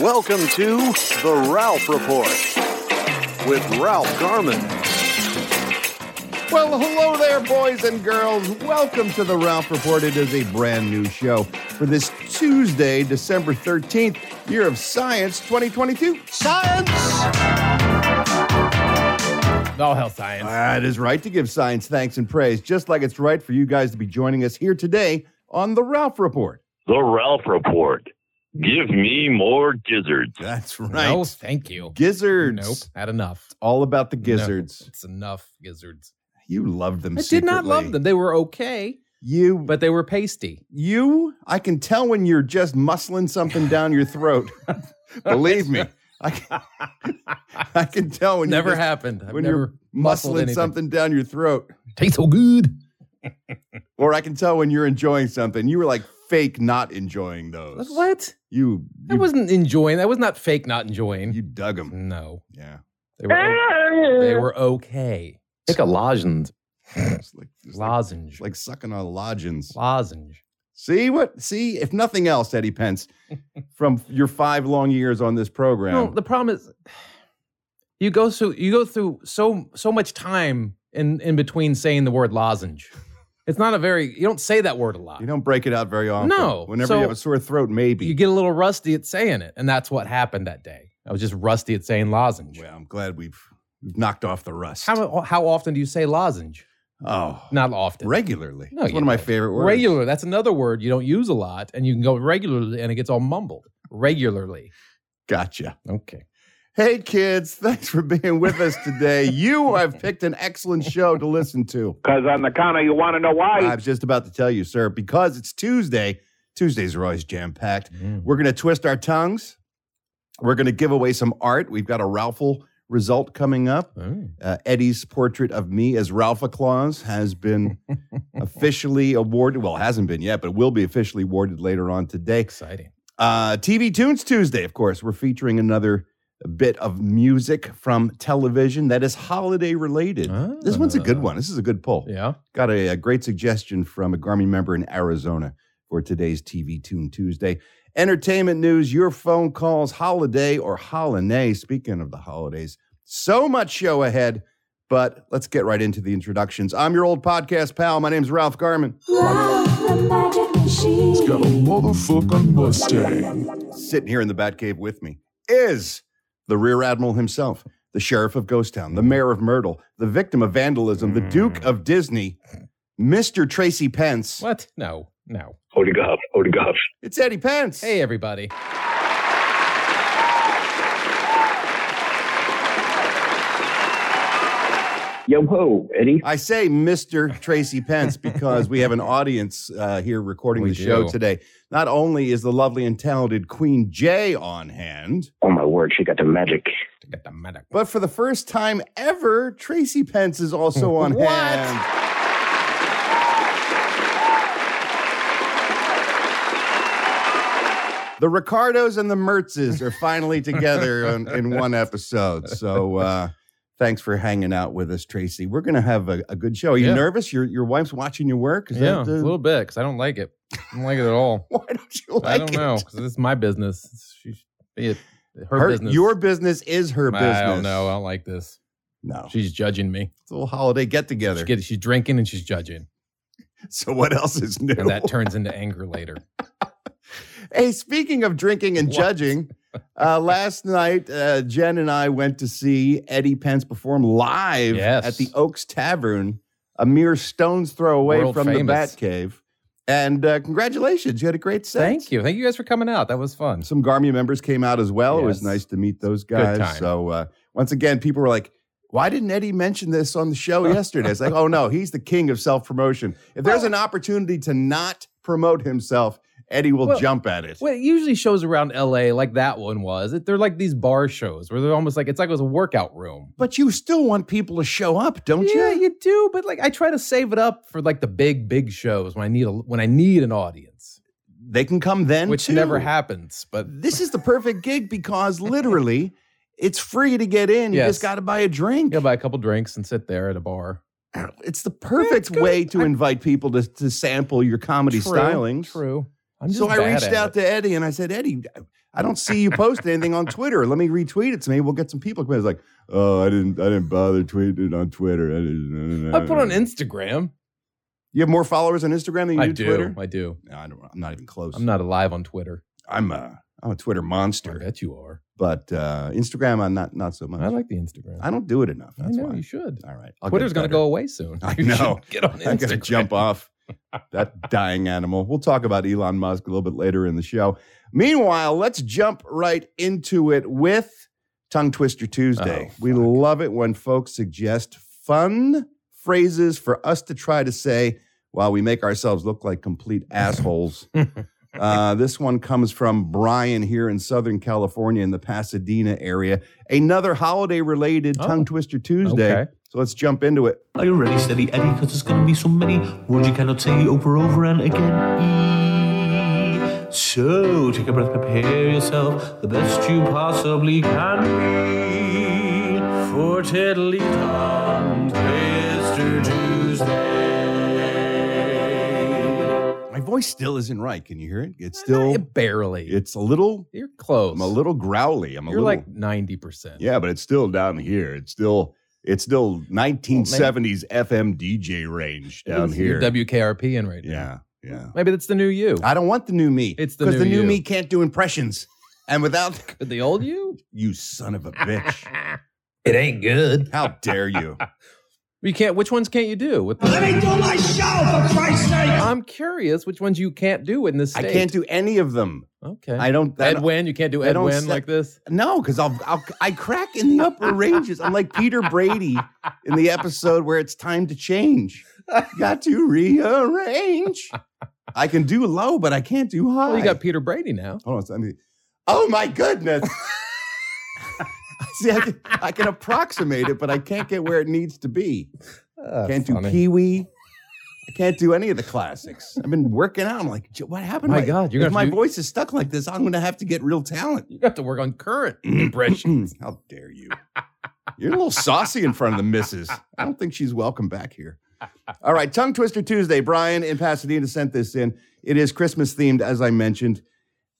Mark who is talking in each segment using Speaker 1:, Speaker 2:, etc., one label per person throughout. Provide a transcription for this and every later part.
Speaker 1: Welcome to The Ralph Report with Ralph Garman.
Speaker 2: Well, hello there, boys and girls. Welcome to the Ralph Report. It is a brand new show for this Tuesday, December 13th, year of science 2022. Science!
Speaker 3: All health science.
Speaker 2: Ah, It is right to give science thanks and praise, just like it's right for you guys to be joining us here today on the Ralph Report.
Speaker 4: The Ralph Report. Give me more gizzards.
Speaker 2: That's
Speaker 3: No, thank you.
Speaker 2: Gizzards.
Speaker 3: Nope, had enough.
Speaker 2: All about the
Speaker 3: No,
Speaker 2: gizzards.
Speaker 3: it's enough gizzards.
Speaker 2: You loved them.
Speaker 3: I did not love
Speaker 2: secretly.
Speaker 3: them. They were okay,
Speaker 2: You, but
Speaker 3: but they were pasty.
Speaker 2: you, I can tell when you're just muscling something down your throat. Believe me, I can, I can tell when
Speaker 3: never
Speaker 2: you just-
Speaker 3: happened. I've
Speaker 2: when
Speaker 3: never
Speaker 2: you're
Speaker 3: muscled
Speaker 2: muscling
Speaker 3: anything.
Speaker 2: something down your throat,
Speaker 3: Tastes so good.
Speaker 2: or I can tell when you're enjoying something. You were like fake not enjoying those.
Speaker 3: What?
Speaker 2: You,
Speaker 3: I
Speaker 2: you,
Speaker 3: wasn't enjoying. That was not fake. Not enjoying.
Speaker 2: you dug them.
Speaker 3: no,
Speaker 2: Yeah,
Speaker 3: they were. o- they were okay. Take a lozenge.
Speaker 2: it's like, it's like,
Speaker 3: Lozenge.
Speaker 2: it's like sucking on lodgings.
Speaker 3: lozenge.
Speaker 2: See what? See if nothing else, Eddie Pence, from your five long years on this program.
Speaker 3: No, the problem is you go through you go through so so much time in in between saying the word lozenge. It's not a very you don't say that word a lot.
Speaker 2: You don't break it out very often.
Speaker 3: No,
Speaker 2: Whenever
Speaker 3: so-
Speaker 2: you have a sore throat, maybe.
Speaker 3: you get a little rusty at saying it, and that's what happened that day. I was just rusty at saying lozenge.
Speaker 2: well, I'm glad we've, we've knocked off the rust.
Speaker 3: How how often do you say lozenge?
Speaker 2: oh,
Speaker 3: Not often.
Speaker 2: regularly.
Speaker 3: No,
Speaker 2: it's
Speaker 3: you
Speaker 2: one of my
Speaker 3: don't.
Speaker 2: favorite words.
Speaker 3: Regular. That's another word you don't use a lot, and you can go regularly, and it gets all mumbled. Regularly.
Speaker 2: Gotcha.
Speaker 3: Okay.
Speaker 2: Hey, kids, thanks for being with us today. you have picked an excellent show to listen to.
Speaker 5: Because on the counter, you want to know why?
Speaker 2: I was just about to tell you, sir, because it's Tuesday. Tuesdays are always jam packed. We're going to twist our tongues. We're going to give away some art. We've got a Ralphal result coming up.
Speaker 3: Mm.
Speaker 2: uh, Eddie's portrait of me as Ralph Claus has been officially awarded. Well, it hasn't been yet, but it will be officially awarded later on today.
Speaker 3: Exciting.
Speaker 2: Uh, TV Tunes Tuesday, of course, we're featuring another bit of music from television that is holiday related. This one's a good
Speaker 3: Ah.
Speaker 2: one. This is a good pull.
Speaker 3: Yeah.
Speaker 2: Got a, a great suggestion from a Garmin member in Arizona for today's TV Tune Tuesday. Entertainment news, your phone calls, holiday or holiday. Speaking of the holidays, so much show ahead, but let's get right into the introductions. I'm your old podcast pal. My name's Ralph Garman.
Speaker 6: Got a motherfucking Mustang.
Speaker 2: Sitting here in the Batcave with me is the Rear Admiral himself, the Sheriff of Ghost Town, the Mayor of Myrtle, the victim of vandalism, the Duke of Disney, Mr. Tracy Pence.
Speaker 3: What? No. No.
Speaker 4: Holy God, holy God.
Speaker 2: It's Eddie Pence.
Speaker 3: Hey everybody.
Speaker 5: Yo ho, Eddie.
Speaker 2: I say Mr. Tracy Pence because we have an audience uh, here recording
Speaker 3: We
Speaker 2: the show
Speaker 3: do.
Speaker 2: today. Not only is the lovely and talented Queen Jay on hand,
Speaker 5: Oh my word, she got the magic.
Speaker 3: Get the medic.
Speaker 2: but for the first time ever, Tracy Pence is also on
Speaker 3: What?
Speaker 2: hand. The Ricardos and the Mertzes are finally together in, in one episode. So uh, thanks for hanging out with us, Tracy. We're going to have a, a good show. Are you
Speaker 3: Yeah.
Speaker 2: nervous? Your, your wife's watching your work? Is
Speaker 3: Yeah,
Speaker 2: that the-
Speaker 3: a little bit because I don't like it. I don't like it at all.
Speaker 2: Why don't you like
Speaker 3: I don't
Speaker 2: it?
Speaker 3: know because this is my business. She should be it. Her,
Speaker 2: Her-
Speaker 3: business.
Speaker 2: Your business is her business.
Speaker 3: I don't know. I don't like this.
Speaker 2: No.
Speaker 3: She's judging me.
Speaker 2: It's a little holiday get
Speaker 3: She's,
Speaker 2: together.
Speaker 3: getting, she's drinking and she's judging,
Speaker 2: So what else is new?
Speaker 3: and that turns into anger later.
Speaker 2: hey, speaking of drinking and
Speaker 3: What?
Speaker 2: judging, uh, last night uh, Jen and I went to see Eddie Pence perform live
Speaker 3: Yes.
Speaker 2: at the Oaks Tavern, a mere stone's throw away
Speaker 3: World
Speaker 2: from the
Speaker 3: famous.
Speaker 2: Batcave. And uh, congratulations, you had a great set.
Speaker 3: Thank you. Thank you guys for coming out. That was fun.
Speaker 2: Some Garmy members came out as well. It was
Speaker 3: Yes.
Speaker 2: nice to meet those guys.
Speaker 3: Good time.
Speaker 2: So uh, once again, people were like, "Why didn't Eddie mention this on the show yesterday?" It's like, "Oh no, he's the king of self promotion. If there's an opportunity to not promote himself, Eddie will
Speaker 3: Well-
Speaker 2: jump at it.
Speaker 3: Well, usually shows around LA, like that one was, it- they're like these bar shows where they're almost like it's like it was a workout room.
Speaker 2: But you still want people to show up, don't
Speaker 3: yeah,
Speaker 2: you?
Speaker 3: you do, but like I try to save it up for like the big, big shows when I need a when I need an audience,
Speaker 2: They can come then,
Speaker 3: which
Speaker 2: too.
Speaker 3: never happens. But
Speaker 2: This is the perfect gig because literally, it's free to get in. You
Speaker 3: Yes.
Speaker 2: just got to buy a drink.
Speaker 3: you know, buy a couple drinks and sit there at a bar.
Speaker 2: It's the perfect way to invite people to, to sample your comedy
Speaker 3: True,
Speaker 2: stylings.
Speaker 3: True. I'm just
Speaker 2: So I
Speaker 3: bad
Speaker 2: reached
Speaker 3: at
Speaker 2: out
Speaker 3: it.
Speaker 2: to Eddie and I said, Eddie, I don't see you post anything on Twitter. Let me retweet it. So maybe we'll get some people. He's like, oh, I didn't, I didn't bother tweeting it on Twitter. I, didn't,
Speaker 3: I put on Instagram.
Speaker 2: You have more followers on Instagram than you
Speaker 3: I
Speaker 2: do,
Speaker 3: do.
Speaker 2: Twitter.
Speaker 3: I do.
Speaker 2: No, I don't. I'm not even close.
Speaker 3: I'm not alive on Twitter.
Speaker 2: I'm a, I'm a Twitter
Speaker 3: I
Speaker 2: monster.
Speaker 3: bet you are.
Speaker 2: But uh, Instagram, I'm not, not so much.
Speaker 3: I like the Instagram.
Speaker 2: I don't do it enough.
Speaker 3: I
Speaker 2: That's
Speaker 3: know
Speaker 2: why.
Speaker 3: you should.
Speaker 2: All right, I'll get
Speaker 3: Twitter's going to
Speaker 2: better.
Speaker 3: go away soon.
Speaker 2: I
Speaker 3: You should
Speaker 2: know.
Speaker 3: Get on Instagram.
Speaker 2: I got to jump off that dying animal. We'll talk about Elon Musk a little bit later in the show. Meanwhile, let's jump right into it with Tongue Twister Tuesday.
Speaker 3: Oh,
Speaker 2: we
Speaker 3: fuck.
Speaker 2: love it when folks suggest fun phrases for us to try to say while we make ourselves look like complete assholes. Uh, this one comes from Brian here in Southern California in the Pasadena area. Another holiday related
Speaker 3: Oh.
Speaker 2: Tongue Twister Tuesday.
Speaker 3: Okay.
Speaker 2: So let's jump into it.
Speaker 7: Are you ready, steady Eddie? Cause there's gonna be so many words you cannot say over, over and again. E. So take a breath, prepare yourself the best you possibly can be for Tiddly Tom Twister Tuesday.
Speaker 2: My voice still isn't right. Can you hear it? It's
Speaker 3: Still
Speaker 2: still.
Speaker 3: barely.
Speaker 2: It's a little.
Speaker 3: You're close.
Speaker 2: I'm a little growly. I'm a
Speaker 3: You're
Speaker 2: little.
Speaker 3: like 90%.
Speaker 2: yeah, but it's still down here. It's still. It's still 1970s FM DJ range
Speaker 3: At
Speaker 2: down
Speaker 3: least you're
Speaker 2: here.
Speaker 3: WKRP in right now.
Speaker 2: yeah, yeah.
Speaker 3: Maybe that's the new you.
Speaker 2: I don't want the new me.
Speaker 3: It's the
Speaker 2: because the
Speaker 3: new
Speaker 2: new
Speaker 3: you.
Speaker 2: me can't do impressions. And without
Speaker 3: the old you? Ah.
Speaker 2: you, son of a bitch,
Speaker 3: It ain't good.
Speaker 2: how dare you?
Speaker 3: You can't which ones can't you do? With the,
Speaker 8: Let me do my show, for Christ's sake!
Speaker 3: I'm curious which ones you can't do in this
Speaker 2: I
Speaker 3: state.
Speaker 2: can't do any of them.
Speaker 3: Okay.
Speaker 2: I don't. I don't-
Speaker 3: Edwin, you can't do
Speaker 2: I don't
Speaker 3: Edwin
Speaker 2: se-
Speaker 3: like this.
Speaker 2: No, because I'll, I'll I crack in the upper ranges. I'm like Peter Brady in the episode where it's time to change. Got to rearrange. I can do low, but I can't do high.
Speaker 3: Well, you got Peter Brady now.
Speaker 2: Hold on, so I mean, oh my goodness. See, I can, I can approximate it, but I can't get where it needs to be. can't do Pee Wee. I can't do any of the classics. I've been working out. I'm like, "J- what happened?
Speaker 3: My
Speaker 2: Like,
Speaker 3: God, you're
Speaker 2: if
Speaker 3: gonna
Speaker 2: my
Speaker 3: have to do-
Speaker 2: voice is stuck like this, I'm going to have to get real talent.
Speaker 3: You have to work on current impression.
Speaker 2: How dare you? You're a little saucy in front of the missus. I don't think she's welcome back here. All right, Tongue Twister Tuesday. Brian in Pasadena sent this in. It is Christmas themed, as I mentioned.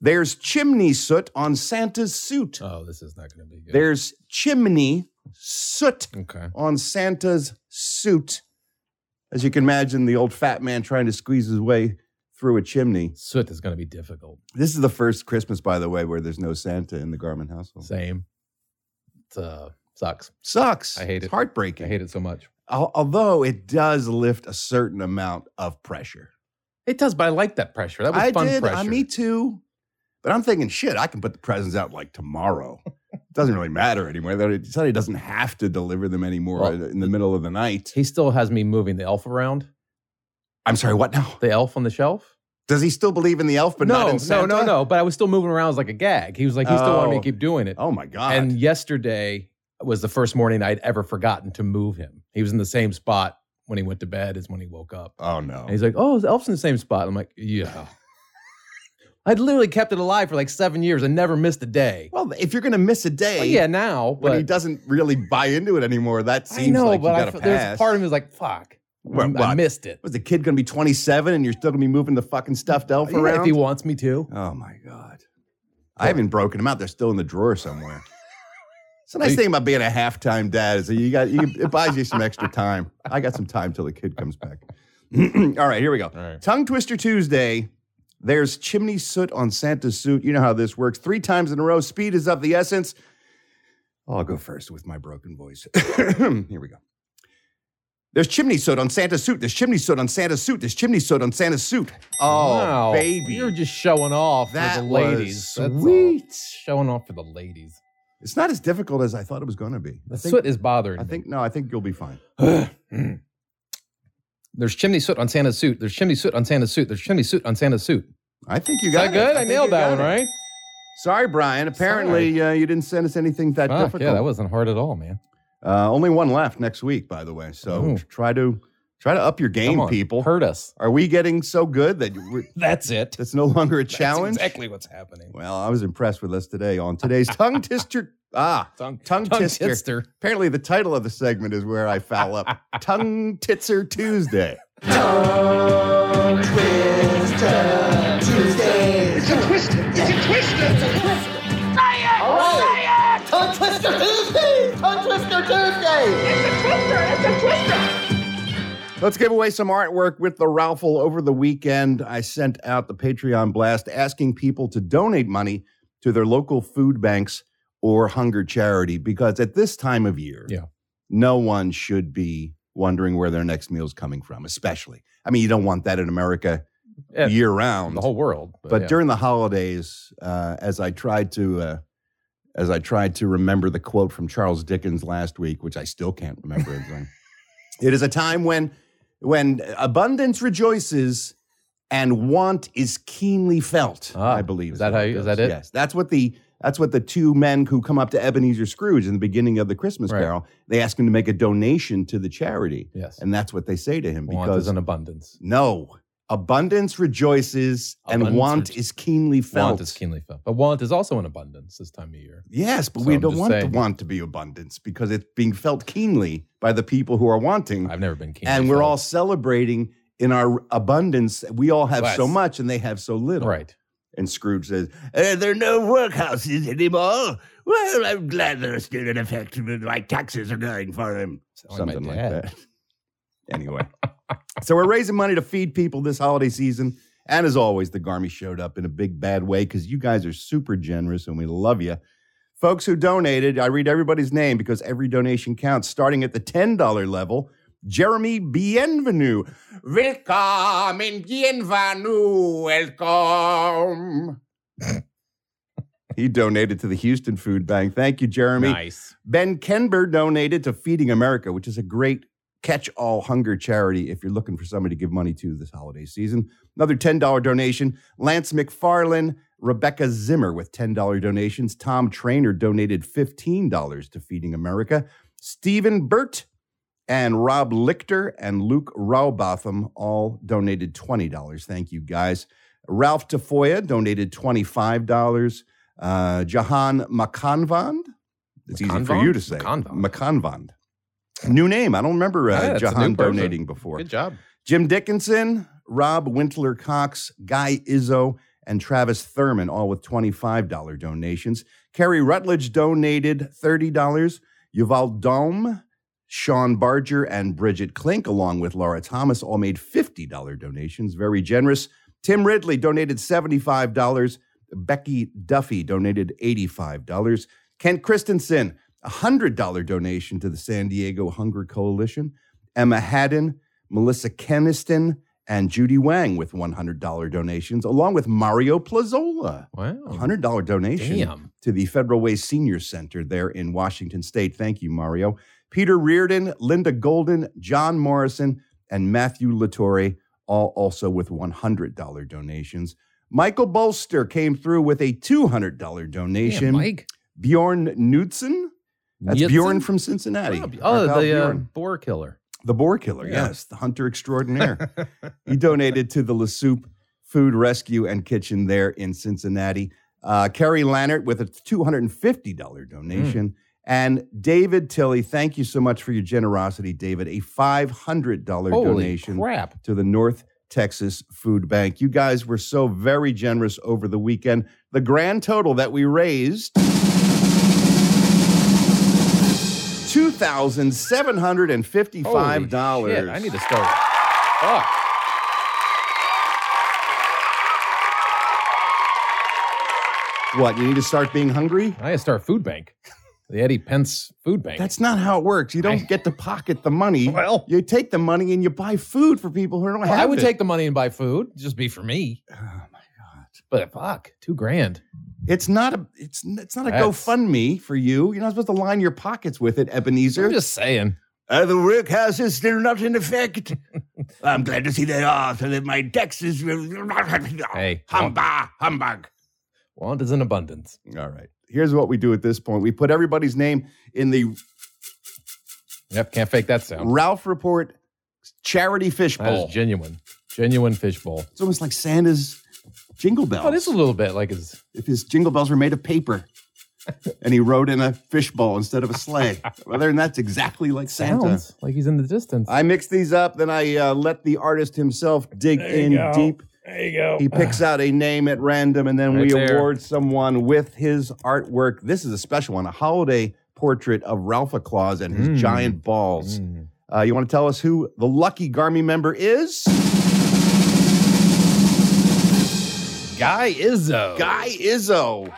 Speaker 2: There's chimney soot on Santa's suit.
Speaker 3: Oh, this is not going to be good.
Speaker 2: There's chimney soot
Speaker 3: okay.
Speaker 2: on Santa's suit. As you can imagine, the old fat man trying to squeeze his way through a chimney.
Speaker 3: Soot is going to be difficult.
Speaker 2: This is the first Christmas, by the way, where there's no Santa in the Garmin household.
Speaker 3: Same. It's, uh, sucks.
Speaker 2: Sucks.
Speaker 3: I hate
Speaker 2: It's
Speaker 3: it. I
Speaker 2: heartbreaking.
Speaker 3: hate it so much.
Speaker 2: Al- although it does lift a certain amount of pressure.
Speaker 3: It does, but I like that pressure. That was
Speaker 2: I
Speaker 3: fun
Speaker 2: did.
Speaker 3: pressure.
Speaker 2: I, me too. But I'm thinking, shit, I can put the presents out like tomorrow. it doesn't really matter anymore. That- Sonny doesn't have to deliver them anymore
Speaker 3: Well,
Speaker 2: in the middle of the night.
Speaker 3: he still has me moving the elf around.
Speaker 2: I'm sorry, what now?
Speaker 3: The elf on the shelf.
Speaker 2: Does he still believe in the elf, but
Speaker 3: no,
Speaker 2: not in Santa?
Speaker 3: no, no, no. But I was still moving around as like a gag. He was like, he still wanted me
Speaker 2: Oh.
Speaker 3: to keep doing it.
Speaker 2: Oh my God.
Speaker 3: and yesterday was the first morning I'd ever forgotten to move him. He was in the same spot when he went to bed as when he woke up.
Speaker 2: oh no.
Speaker 3: And he's like, "Oh, the elf's in the same spot." I'm like, "Yeah." I'd literally kept it alive for like seven years and never missed a day.
Speaker 2: well, if you're going to miss a day
Speaker 3: Well, yeah, now,
Speaker 2: when he
Speaker 3: but
Speaker 2: doesn't really buy into it anymore, that seems
Speaker 3: I know,
Speaker 2: like
Speaker 3: but
Speaker 2: you
Speaker 3: I
Speaker 2: got to pass.
Speaker 3: f- there's part of me was like, "Fuck,
Speaker 2: What-
Speaker 3: I
Speaker 2: what?
Speaker 3: missed it."
Speaker 2: Was the kid going to be 27 and you're still going to be moving the fucking stuffed elf
Speaker 3: Yeah,
Speaker 2: around?
Speaker 3: if he wants me to.
Speaker 2: Oh my god! I haven't broken them out. They're still in the drawer somewhere. It's a nice
Speaker 3: You-
Speaker 2: thing about being a halftime dad is that you got you, it buys you some extra time. I got some time till the kid comes back. All right, here we go.
Speaker 3: right.
Speaker 2: Tongue Twister Tuesday. There's chimney soot on Santa's suit. You know how this works. Three times in a row. Speed is of the essence. I'll go first with my broken voice. here we go. There's chimney soot on Santa's suit. There's chimney soot on Santa's suit. There's chimney soot on Santa's suit. Oh,
Speaker 3: Wow,
Speaker 2: baby.
Speaker 3: you're just showing off for
Speaker 2: That
Speaker 3: the
Speaker 2: was
Speaker 3: ladies. That's all.
Speaker 2: sweet.
Speaker 3: showing off for the ladies.
Speaker 2: It's not as difficult as I thought it was going to be. I
Speaker 3: The
Speaker 2: think,
Speaker 3: soot is bothering.
Speaker 2: I
Speaker 3: me.
Speaker 2: think no, I think you'll be fine.
Speaker 3: There's chimney soot on Santa's suit. There's chimney soot on Santa's suit. There's chimney soot on Santa's suit.
Speaker 2: I think you
Speaker 3: Is
Speaker 2: got it.
Speaker 3: that good? I,
Speaker 2: think
Speaker 3: nailed
Speaker 2: you
Speaker 3: that
Speaker 2: got
Speaker 3: one,
Speaker 2: it.
Speaker 3: right?
Speaker 2: Sorry, Brian. Apparently, uh, you didn't send us anything that
Speaker 3: Fuck,
Speaker 2: difficult.
Speaker 3: yeah, that wasn't hard at all, man.
Speaker 2: uh, only one left next week, by the way. So
Speaker 3: Ooh.
Speaker 2: t- try to try to up your game,
Speaker 3: Oh. Come on,
Speaker 2: people.
Speaker 3: Hurt us.
Speaker 2: Are we getting so good that we're,
Speaker 3: That's it.
Speaker 2: that's no longer a
Speaker 3: That's
Speaker 2: challenge?
Speaker 3: exactly what's happening.
Speaker 2: Well, I was impressed with us today on today's tongue twister. Ah,
Speaker 3: Tongue,
Speaker 2: Tongue twister.
Speaker 3: twister.
Speaker 2: apparently the title of the segment is where I foul up. tongue titzer Tuesday.
Speaker 8: It's a twister. It's a twister.
Speaker 9: Tongue Twister Tuesday! Tongue Twister Tuesday!
Speaker 2: Let's give away some artwork with the Ralphal over the weekend. I sent out the Patreon blast asking people to donate money to their local food banks or hunger charity because at this time of year,
Speaker 3: Yeah.
Speaker 2: no one should be wondering where their next meal's coming from, especially. I mean, you don't want that in America
Speaker 3: Yeah,
Speaker 2: year round.
Speaker 3: The whole world. But,
Speaker 2: but
Speaker 3: yeah.
Speaker 2: during the holidays, uh, as I tried to uh, as I tried to remember the quote from Charles Dickens last week, which I still can't remember. it's like, it is a time when when abundance rejoices and want is keenly felt.
Speaker 3: Ah,
Speaker 2: I believe
Speaker 3: is that how
Speaker 2: it
Speaker 3: you- is
Speaker 2: goes.
Speaker 3: that it?
Speaker 2: Yes, that's what the that's what the two men who come up to Ebenezer Scrooge in the beginning of the Christmas
Speaker 3: Right.
Speaker 2: Carol. They ask him to make a donation to the charity,
Speaker 3: yes,
Speaker 2: and that's what they say to him
Speaker 3: want
Speaker 2: because
Speaker 3: is an abundance.
Speaker 2: no. Abundance rejoices and
Speaker 3: Abundance
Speaker 2: want
Speaker 3: rejo-
Speaker 2: is keenly felt.
Speaker 3: Want is keenly felt, but want is also an abundance this time of year.
Speaker 2: Yes, but
Speaker 3: So
Speaker 2: we
Speaker 3: I'm
Speaker 2: don't
Speaker 3: just
Speaker 2: want
Speaker 3: saying.
Speaker 2: the want to be abundance because it's being felt keenly by the people who are wanting.
Speaker 3: I've never been keenly.
Speaker 2: and we're
Speaker 3: felt.
Speaker 2: all celebrating in our abundance. We all have so
Speaker 3: Less.
Speaker 2: much and they have so little.
Speaker 3: right.
Speaker 2: And Scrooge says, "Eh, There are no workhouses anymore. Well, I'm glad they're still in effect, but my taxes are going for them.
Speaker 3: like my
Speaker 2: Something like
Speaker 3: dad.
Speaker 2: that. anyway, so we're raising money to feed people this holiday season. And as always, the Garmy showed up in a big bad way because you guys are super generous and we love you. Folks who donated, I read everybody's name because every donation counts, starting at the $10 level. Jeremy Bienvenu. Welcome and bienvenue. Welcome. he donated to the Houston Food Bank. Thank you, Jeremy.
Speaker 3: Nice.
Speaker 2: Ben Kenber donated to Feeding America, which is a great catch all hunger charity if you're looking for somebody to give money to this holiday season. Another $10 donation. Lance McFarlane, Rebecca Zimmer with $10 donations. Tom Trainer donated $15 to Feeding America. Stephen Burt and Rob Lichter and Luke Raubotham all donated $20. Thank you guys. Ralph Tafoya donated $25. Uh, Jahan Makanvand. It's easy for
Speaker 3: Makanvand?
Speaker 2: you to say.
Speaker 3: Makanvand.
Speaker 2: Makanvand. New name. I don't remember
Speaker 3: Yeah,
Speaker 2: uh,
Speaker 3: it's Ah, a
Speaker 2: Jahan
Speaker 3: new person.
Speaker 2: donating before.
Speaker 3: Good job.
Speaker 2: Jim Dickinson, Rob Wintler Cox, Guy Izzo, and Travis Thurman, all with $25 donations. Kerry Rutledge donated $30. Yuval Dome, Sean Barger, and Bridget Klink, along with Laura Thomas, all made $50 donations. Very generous. Tim Ridley donated $75. Becky Duffy donated $85. Kent Christensen, a $100 donation to the San Diego Hunger Coalition. Emma Haddon, Melissa Keniston, and Judy Wang with $100 donations, along with Mario Plazola, a
Speaker 3: Wow.
Speaker 2: $100 donation
Speaker 3: Oh, Damn.
Speaker 2: to the Federal Way Senior Center there in Washington State. Thank you, Mario. Peter Reardon, Linda Golden, John Morrison, and Matthew Latore, all also with $100 donations. Michael Bolster came through with a $200 donation.
Speaker 3: Damn, Mike.
Speaker 2: Bjorn Knudsen. That's
Speaker 3: Knudsen?
Speaker 2: Bjorn from Cincinnati. Our
Speaker 3: Oh,
Speaker 2: pal
Speaker 3: the uh,
Speaker 2: Bjorn.
Speaker 3: boar killer.
Speaker 2: The boar killer,
Speaker 3: Yeah.
Speaker 2: yes, the hunter extraordinaire. he donated to the La Soup Food Rescue and Kitchen there in Cincinnati. Uh, Kerry Lannert with a $250
Speaker 3: Hmm.
Speaker 2: donation. And David Tilley, thank you so much for your generosity, David. A $500
Speaker 3: Holy
Speaker 2: donation
Speaker 3: crap.
Speaker 2: to the North Texas Food Bank. You guys were so very generous over the weekend. The grand total that we raised
Speaker 3: Holy shit,
Speaker 2: $2,755.
Speaker 3: I need to start. Fuck.
Speaker 2: What, you need to start being hungry?
Speaker 3: I need to start a food bank. The Eddie Pence food bank.
Speaker 2: That's not how it works. You don't get to pocket the money.
Speaker 3: Well-
Speaker 2: you take the money and you buy food for people who don't
Speaker 3: Well,
Speaker 2: have
Speaker 3: I would
Speaker 2: it.
Speaker 3: take the money and buy food. Just be for me.
Speaker 2: Oh,
Speaker 3: But fuck, two grand.
Speaker 2: It's not a it's n- it's not a
Speaker 3: That's-
Speaker 2: GoFundMe for you. You're not supposed to line your pockets with it, Ebenezer.
Speaker 3: I'm just saying.
Speaker 2: Uh, the workhouse is still not in effect.
Speaker 10: I'm glad to see they are, so that my taxes will.
Speaker 3: Hey,
Speaker 10: humbug, humbug.
Speaker 3: Want is in abundance.
Speaker 2: All right. Here's what we do at this point. We put everybody's name in the
Speaker 3: Yep, can't fake that sound.
Speaker 2: Ralph Report charity
Speaker 3: That is
Speaker 2: fishbowl.
Speaker 3: genuine, genuine fishbowl.
Speaker 2: it's almost like Santa's jingle bells.
Speaker 3: Oh, this is a little bit like his.
Speaker 2: if his jingle bells were made of paper and he rode in a fishbowl instead of a sleigh. Other than that's exactly like Santa.
Speaker 3: Sounds like he's in the distance.
Speaker 2: I mix these up, then I uh, let the artist himself dig in deep.
Speaker 3: There you go.
Speaker 2: He picks out a name at random, and then
Speaker 3: Right
Speaker 2: we
Speaker 3: there.
Speaker 2: award someone with his artwork. This is a special one, a holiday portrait of Ralph Claus and his
Speaker 3: Mm.
Speaker 2: giant balls.
Speaker 3: Mm.
Speaker 2: Uh, you want to tell us who the lucky Garmy member is?
Speaker 3: Guy Izzo.
Speaker 2: Guy Izzo.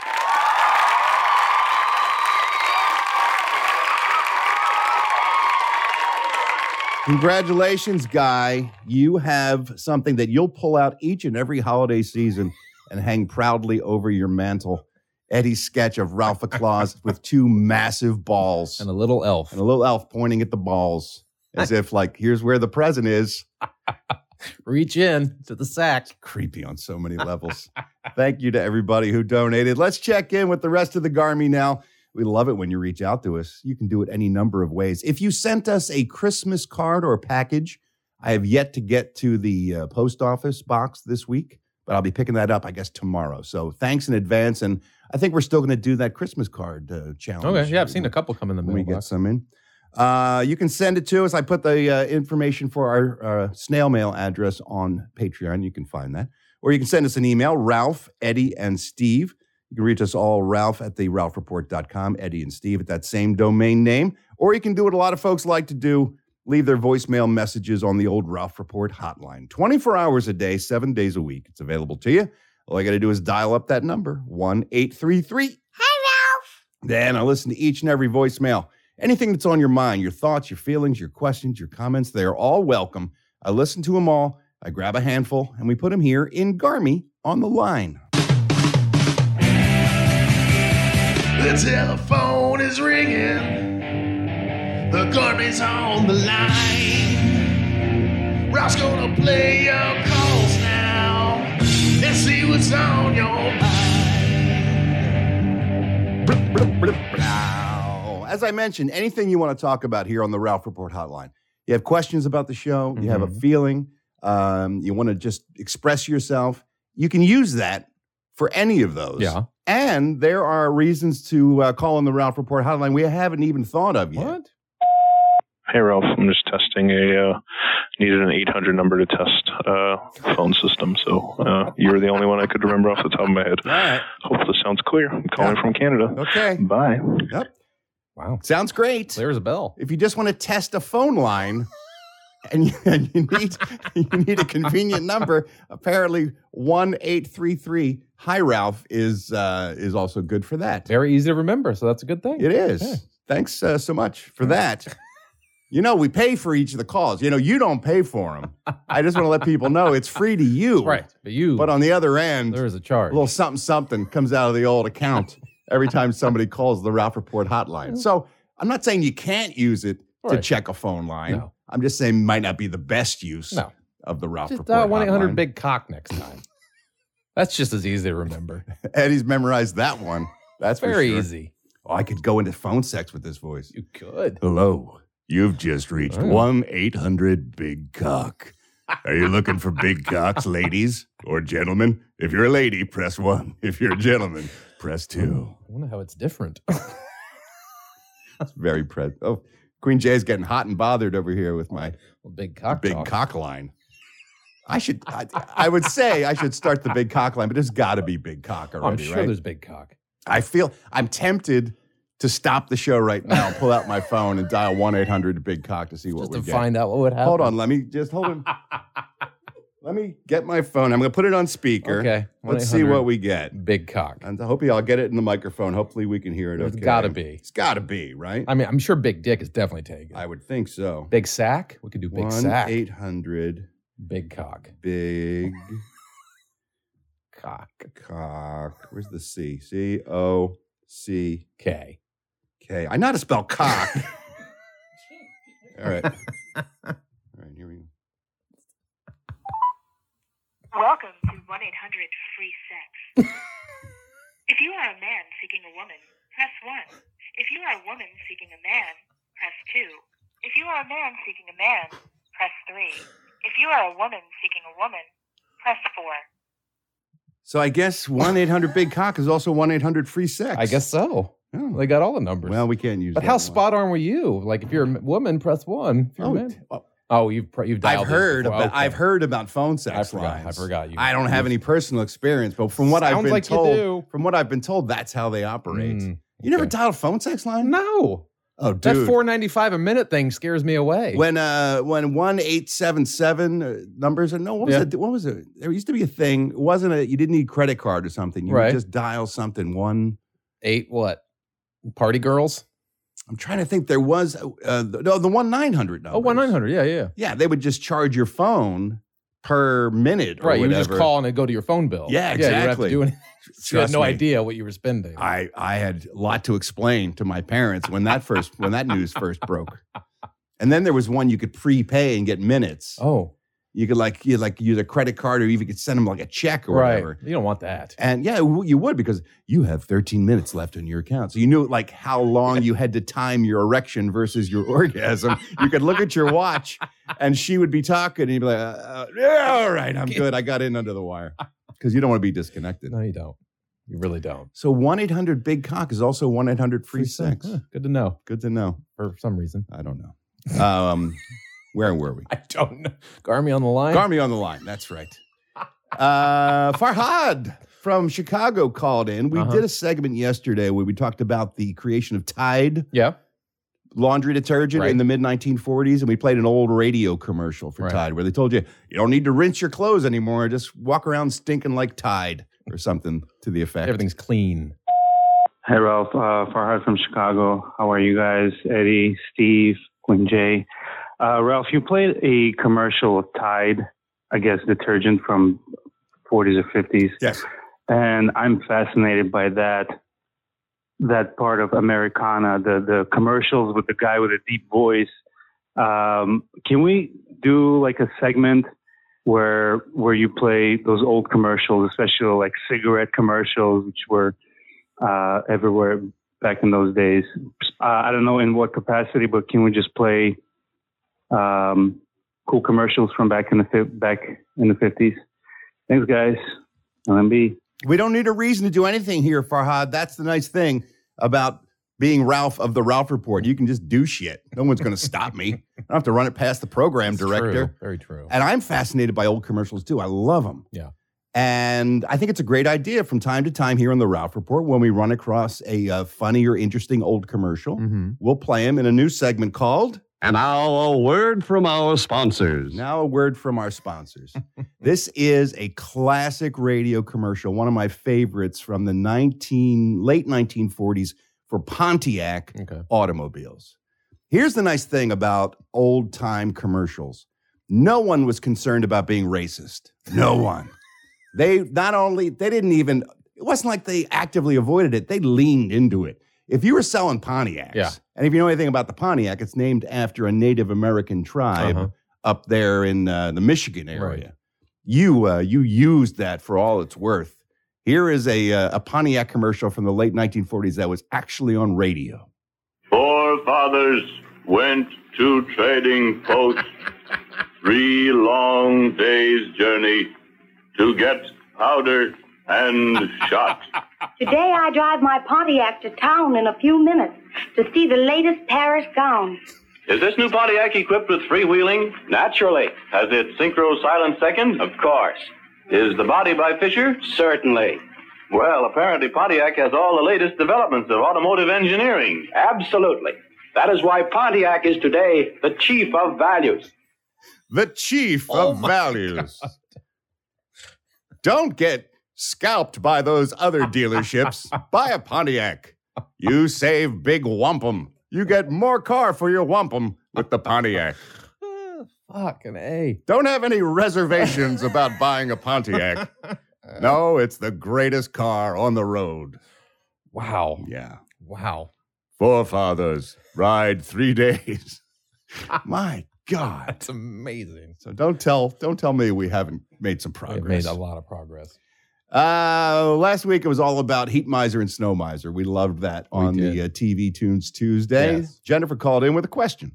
Speaker 2: Congratulations, Guy. You have something that you'll pull out each and every holiday season and hang proudly over your mantle. Eddie's sketch of Ralph Claus with two massive balls
Speaker 3: and a little elf.
Speaker 2: and a little elf pointing at the balls as if, like, here's where the present is.
Speaker 3: Reach in to the sack.
Speaker 2: creepy on so many levels. Thank you to everybody who donated. Let's check in with the rest of the Garmy now. We love it when you reach out to us. You can do it any number of ways. If you sent us a Christmas card or a package, I have yet to get to the uh, post office box this week, but I'll be picking that up, I guess, tomorrow. So thanks in advance. And I think we're still going to do that Christmas card uh, challenge.
Speaker 3: Okay, yeah, I've seen a couple come in the
Speaker 2: Let me get
Speaker 3: mailbox.
Speaker 2: some in. Uh, you can send it to us. I put the uh, information for our uh, snail mail address on Patreon. You can find that. Or you can send us an email, Ralph, Eddie, and Steve. You can reach us all, Ralph at the RalphReport.com, Eddie and Steve at that same domain name. Or you can do what a lot of folks like to do leave their voicemail messages on the old Ralph Report hotline. 24 hours a day, seven days a week. It's available to you. All you got to do is dial up that number, 1 833 then I listen to each and every voicemail. Anything that's on your mind, your thoughts, your feelings, your questions, your comments, they are all welcome. I listen to them all. I grab a handful and we put them here in Garmy on the line.
Speaker 6: The telephone is ringing. The garbage on the line. Ralph's gonna play your calls now. Let's see what's on your mind.
Speaker 2: Wow. As I mentioned, anything you want to talk about here on the Ralph Report Hotline. You have questions about the show, you
Speaker 3: Mm-hmm.
Speaker 2: have a feeling, um, you want to just express yourself, you can use that for any of those.
Speaker 3: Yeah.
Speaker 2: And there are reasons to uh, call on the Ralph Report Hotline we haven't even thought of yet.
Speaker 3: What?
Speaker 4: Hey, Ralph. I'm just testing a. Uh, needed an 800 number to test uh, phone system, so uh, you were the only one I could remember off the top of my head.
Speaker 2: All right.
Speaker 4: Hope this sounds clear. I'm calling from Canada.
Speaker 2: Okay.
Speaker 4: Bye.
Speaker 3: Wow.
Speaker 2: Sounds great.
Speaker 3: Clear as a bell.
Speaker 2: If you just want to test a phone line and you, and you need you need a convenient number, apparently one eight three three hi Ralph is uh, is also good for that.
Speaker 3: Very easy to remember, so that's a good thing.
Speaker 2: It is.
Speaker 3: Okay.
Speaker 2: Thanks uh, so much for that. You know, we pay for each of the calls. You know, you don't pay for them. I just want to let people know it's free to you.
Speaker 3: Right. But you,
Speaker 2: But on the other end,
Speaker 3: there is a
Speaker 2: a
Speaker 3: charge.
Speaker 2: little something something comes out of the old account every time somebody calls the Ralph Report hotline. So I'm not saying you can't use it to
Speaker 3: Mm. Right.
Speaker 2: check a phone line.
Speaker 3: No.
Speaker 2: I'm just saying it might not be the best use
Speaker 3: No.
Speaker 2: of the Ralph
Speaker 3: Just uh,
Speaker 2: Report.
Speaker 3: one eight hundred
Speaker 2: hotline.
Speaker 3: big cock next time. That's just as easy to remember.
Speaker 2: Eddie's memorized that one. That's for
Speaker 3: Very
Speaker 2: sure.
Speaker 3: easy.
Speaker 2: Oh, I could go into phone sex with this voice.
Speaker 3: You could.
Speaker 2: Hello. You've just reached
Speaker 3: Oh.
Speaker 2: 1 800 Big Cock. Are you looking for big cocks, ladies or gentlemen? If you're a lady, press one. If you're a gentleman, press two.
Speaker 3: I wonder how it's different.
Speaker 2: Very pres. Oh, Queen Jay's getting hot and bothered over here with my
Speaker 3: big cock.
Speaker 2: big
Speaker 3: talk.
Speaker 2: cock line. I should, I, I would say I should start the big cock line, but there's got to be big cock
Speaker 3: Oh, I'm
Speaker 2: already,
Speaker 3: sure
Speaker 2: right?
Speaker 3: there's big cock.
Speaker 2: I feel I'm tempted to stop the show right now, and pull out my phone, and dial one eight hundred big cock to see what
Speaker 3: Just
Speaker 2: we
Speaker 3: to
Speaker 2: get.
Speaker 3: find out what would happen.
Speaker 2: hold on, let me just hold on. let me get my phone. I'm gonna put it on speaker.
Speaker 3: Okay.
Speaker 2: Let's see
Speaker 3: 1-800
Speaker 2: what we get.
Speaker 3: Big cock.
Speaker 2: And hopefully, I'll get it in the microphone. Hopefully, we can hear it.
Speaker 3: It's
Speaker 2: okay.
Speaker 3: gotta be.
Speaker 2: It's gotta be right.
Speaker 3: I mean, I'm sure big dick is definitely taken.
Speaker 2: I would think so.
Speaker 3: Big sack. We could do big sack.
Speaker 2: 800
Speaker 3: Big cock.
Speaker 2: big
Speaker 3: Cock.
Speaker 2: cock. Where's the C? C O C
Speaker 3: Okay.
Speaker 2: K. I know how to spell cock. All right. All right, here we go.
Speaker 11: Welcome to 1 800 Free Sex. if you are a man seeking a woman, press 1. If you are a woman seeking a man, press 2. If you are a man seeking a man, press 3. If you are a woman seeking a woman, press 4.
Speaker 2: So I guess 1 800 Big Cock is also 1 800 Free Sex.
Speaker 3: I guess so. They got all the numbers.
Speaker 2: Oh. Well, we can't use
Speaker 3: But
Speaker 2: that
Speaker 3: how
Speaker 2: one.
Speaker 3: spot on were you? Like, if you're a m- woman, press one. If you're a
Speaker 2: Oh,
Speaker 3: man-
Speaker 2: t- oh,
Speaker 3: oh, you've pr- you've dialed.
Speaker 2: I've heard
Speaker 3: this before.
Speaker 2: about
Speaker 3: Okay.
Speaker 2: I've heard about phone sex
Speaker 3: I forgot. I
Speaker 2: lines.
Speaker 3: forgot you-
Speaker 2: I don't have any personal experience, but from what I've
Speaker 3: Sounds
Speaker 2: been
Speaker 3: like you
Speaker 2: told,
Speaker 3: do.
Speaker 2: from what I've been told, that's how they operate.
Speaker 3: Mm,
Speaker 2: You never dialed a phone sex line?
Speaker 3: No,
Speaker 2: Oh, dude.
Speaker 3: that four ninety five a minute thing scares me away.
Speaker 2: when uh when one eight seven seven uh, numbers and no what was
Speaker 3: Yeah.
Speaker 2: it what was it there used to be a thing it wasn't a you didn't need credit card or something you would
Speaker 3: Right.
Speaker 2: just dial something one
Speaker 3: eight what party girls
Speaker 2: I'm trying to think there was uh the, no the one nine hundred number
Speaker 3: Oh, one nine hundred. Yeah, yeah.
Speaker 2: yeah they would just charge your phone per minute or
Speaker 3: Right, you would
Speaker 2: whatever.
Speaker 3: just call and it'd go to your phone bill.
Speaker 2: Yeah,
Speaker 3: you don't have to
Speaker 2: exactly.
Speaker 3: do anything. you had
Speaker 2: Trust
Speaker 3: no
Speaker 2: me.
Speaker 3: idea what you were spending.
Speaker 2: I I had a lot to explain to my parents when that first when that news first broke. And then there was one you could prepay and get minutes.
Speaker 3: Oh,
Speaker 2: You could like you like use a credit card or even could send them like a check or
Speaker 3: right.
Speaker 2: whatever.
Speaker 3: You don't want that.
Speaker 2: And yeah, w- you would because you have 13 minutes left on your account. So you knew like how long you had to time your erection versus your orgasm. You could look at your watch and she would be talking and you'd be like, uh, uh, yeah, all right, I'm good. I got in under the wire because you don't want to be disconnected.
Speaker 3: No, you don't. You really don't.
Speaker 2: So 1 800 Big Cock is also 1 800 Free Sex.
Speaker 3: Huh, good to know
Speaker 2: Good to know.
Speaker 3: for some reason.
Speaker 2: I don't know. Um, where were we?
Speaker 3: I don't know. Garmy on the line.
Speaker 2: Garmy on the line. That's right. Uh, Farhad from Chicago called in. We
Speaker 3: Uh-huh.
Speaker 2: did a segment yesterday where we talked about the creation of Tide
Speaker 3: yeah.
Speaker 2: laundry detergent
Speaker 3: Right.
Speaker 2: in the mid 1940s, and we played an old radio commercial for
Speaker 3: Right.
Speaker 2: Tide where they told you you don't need to rinse your clothes anymore. Just walk around stinking like Tide or something to the effect.
Speaker 3: Everything's clean.
Speaker 12: Hey, Ralph. Uh, Farhad from Chicago. How are you guys? Eddie, Steve, Quinn J. Uh, Ralph, you played a commercial of Tide, I guess, detergent from 40s or 50s.
Speaker 2: Yes.
Speaker 12: And I'm fascinated by that that part of Americana, the, the commercials with the guy with a deep voice. Um, can we do like a segment where where you play those old commercials, especially like cigarette commercials, which were uh, everywhere back in those days. Uh, I don't know in what capacity, but can we just play um, cool commercials from back in the fif- back in the fifties? Thanks, guys. LMB.
Speaker 2: We don't need a reason to do anything here, Farhad. That's the nice thing about being Ralph of the Ralph Report. You can just do shit. No one's going to stop me. I don't have to run it past the program
Speaker 3: It's
Speaker 2: director.
Speaker 3: True. Very true.
Speaker 2: And I'm fascinated by old commercials too. I love them.
Speaker 3: Yeah.
Speaker 2: And I think it's a great idea from time to time here on the Ralph Report when we run across a uh, funny or interesting old commercial.
Speaker 3: Mm-hmm.
Speaker 2: We'll play them in a new segment called
Speaker 13: And now a word from our sponsors.
Speaker 2: Now, a word from our sponsors. this is a classic radio commercial, one of my favorites from the 19, late 1940s for Pontiac
Speaker 3: Okay.
Speaker 2: automobiles. Here's the nice thing about old time commercials no one was concerned about being racist. No one. they not only, they didn't even, it wasn't like they actively avoided it, they leaned into it. If you were selling Pontiacs,
Speaker 3: Yeah.
Speaker 2: and if you know anything about the Pontiac, it's named after a Native American tribe
Speaker 3: Uh-huh.
Speaker 2: up there in uh, the Michigan area.
Speaker 3: Right.
Speaker 2: You uh, you used that for all it's worth. Here is a uh, a Pontiac commercial from the late 1940s that was actually on radio.
Speaker 14: Forefathers went to trading posts three long days' journey to get powder and shot.
Speaker 15: Today I drive my Pontiac to town in a few minutes to see the latest Paris gown.
Speaker 14: Is this new Pontiac equipped with freewheeling? Naturally. Has it synchro silent second? Of course. Is the body by Fisher? Certainly. Well, apparently Pontiac has all the latest developments of automotive engineering. Absolutely. That is why Pontiac is today the chief of values.
Speaker 2: The chief
Speaker 3: Oh
Speaker 2: of values. Don't get scalped by those other dealerships. Buy a Pontiac. You save big wampum. You get more car for your wampum with the Pontiac.
Speaker 3: Fucking a.
Speaker 2: Don't have any reservations about buying a Pontiac. No, it's the greatest car on the road.
Speaker 3: Wow.
Speaker 2: Yeah.
Speaker 3: Wow.
Speaker 2: Forefathers ride three days. My God,
Speaker 3: that's amazing.
Speaker 2: So don't tell don't tell me we haven't made some progress.
Speaker 3: It made a lot of progress.
Speaker 2: Uh, last week it was all about Heat Miser and Snow Miser. We loved that on the uh, TV Tunes Tuesday. Jennifer called in with a question.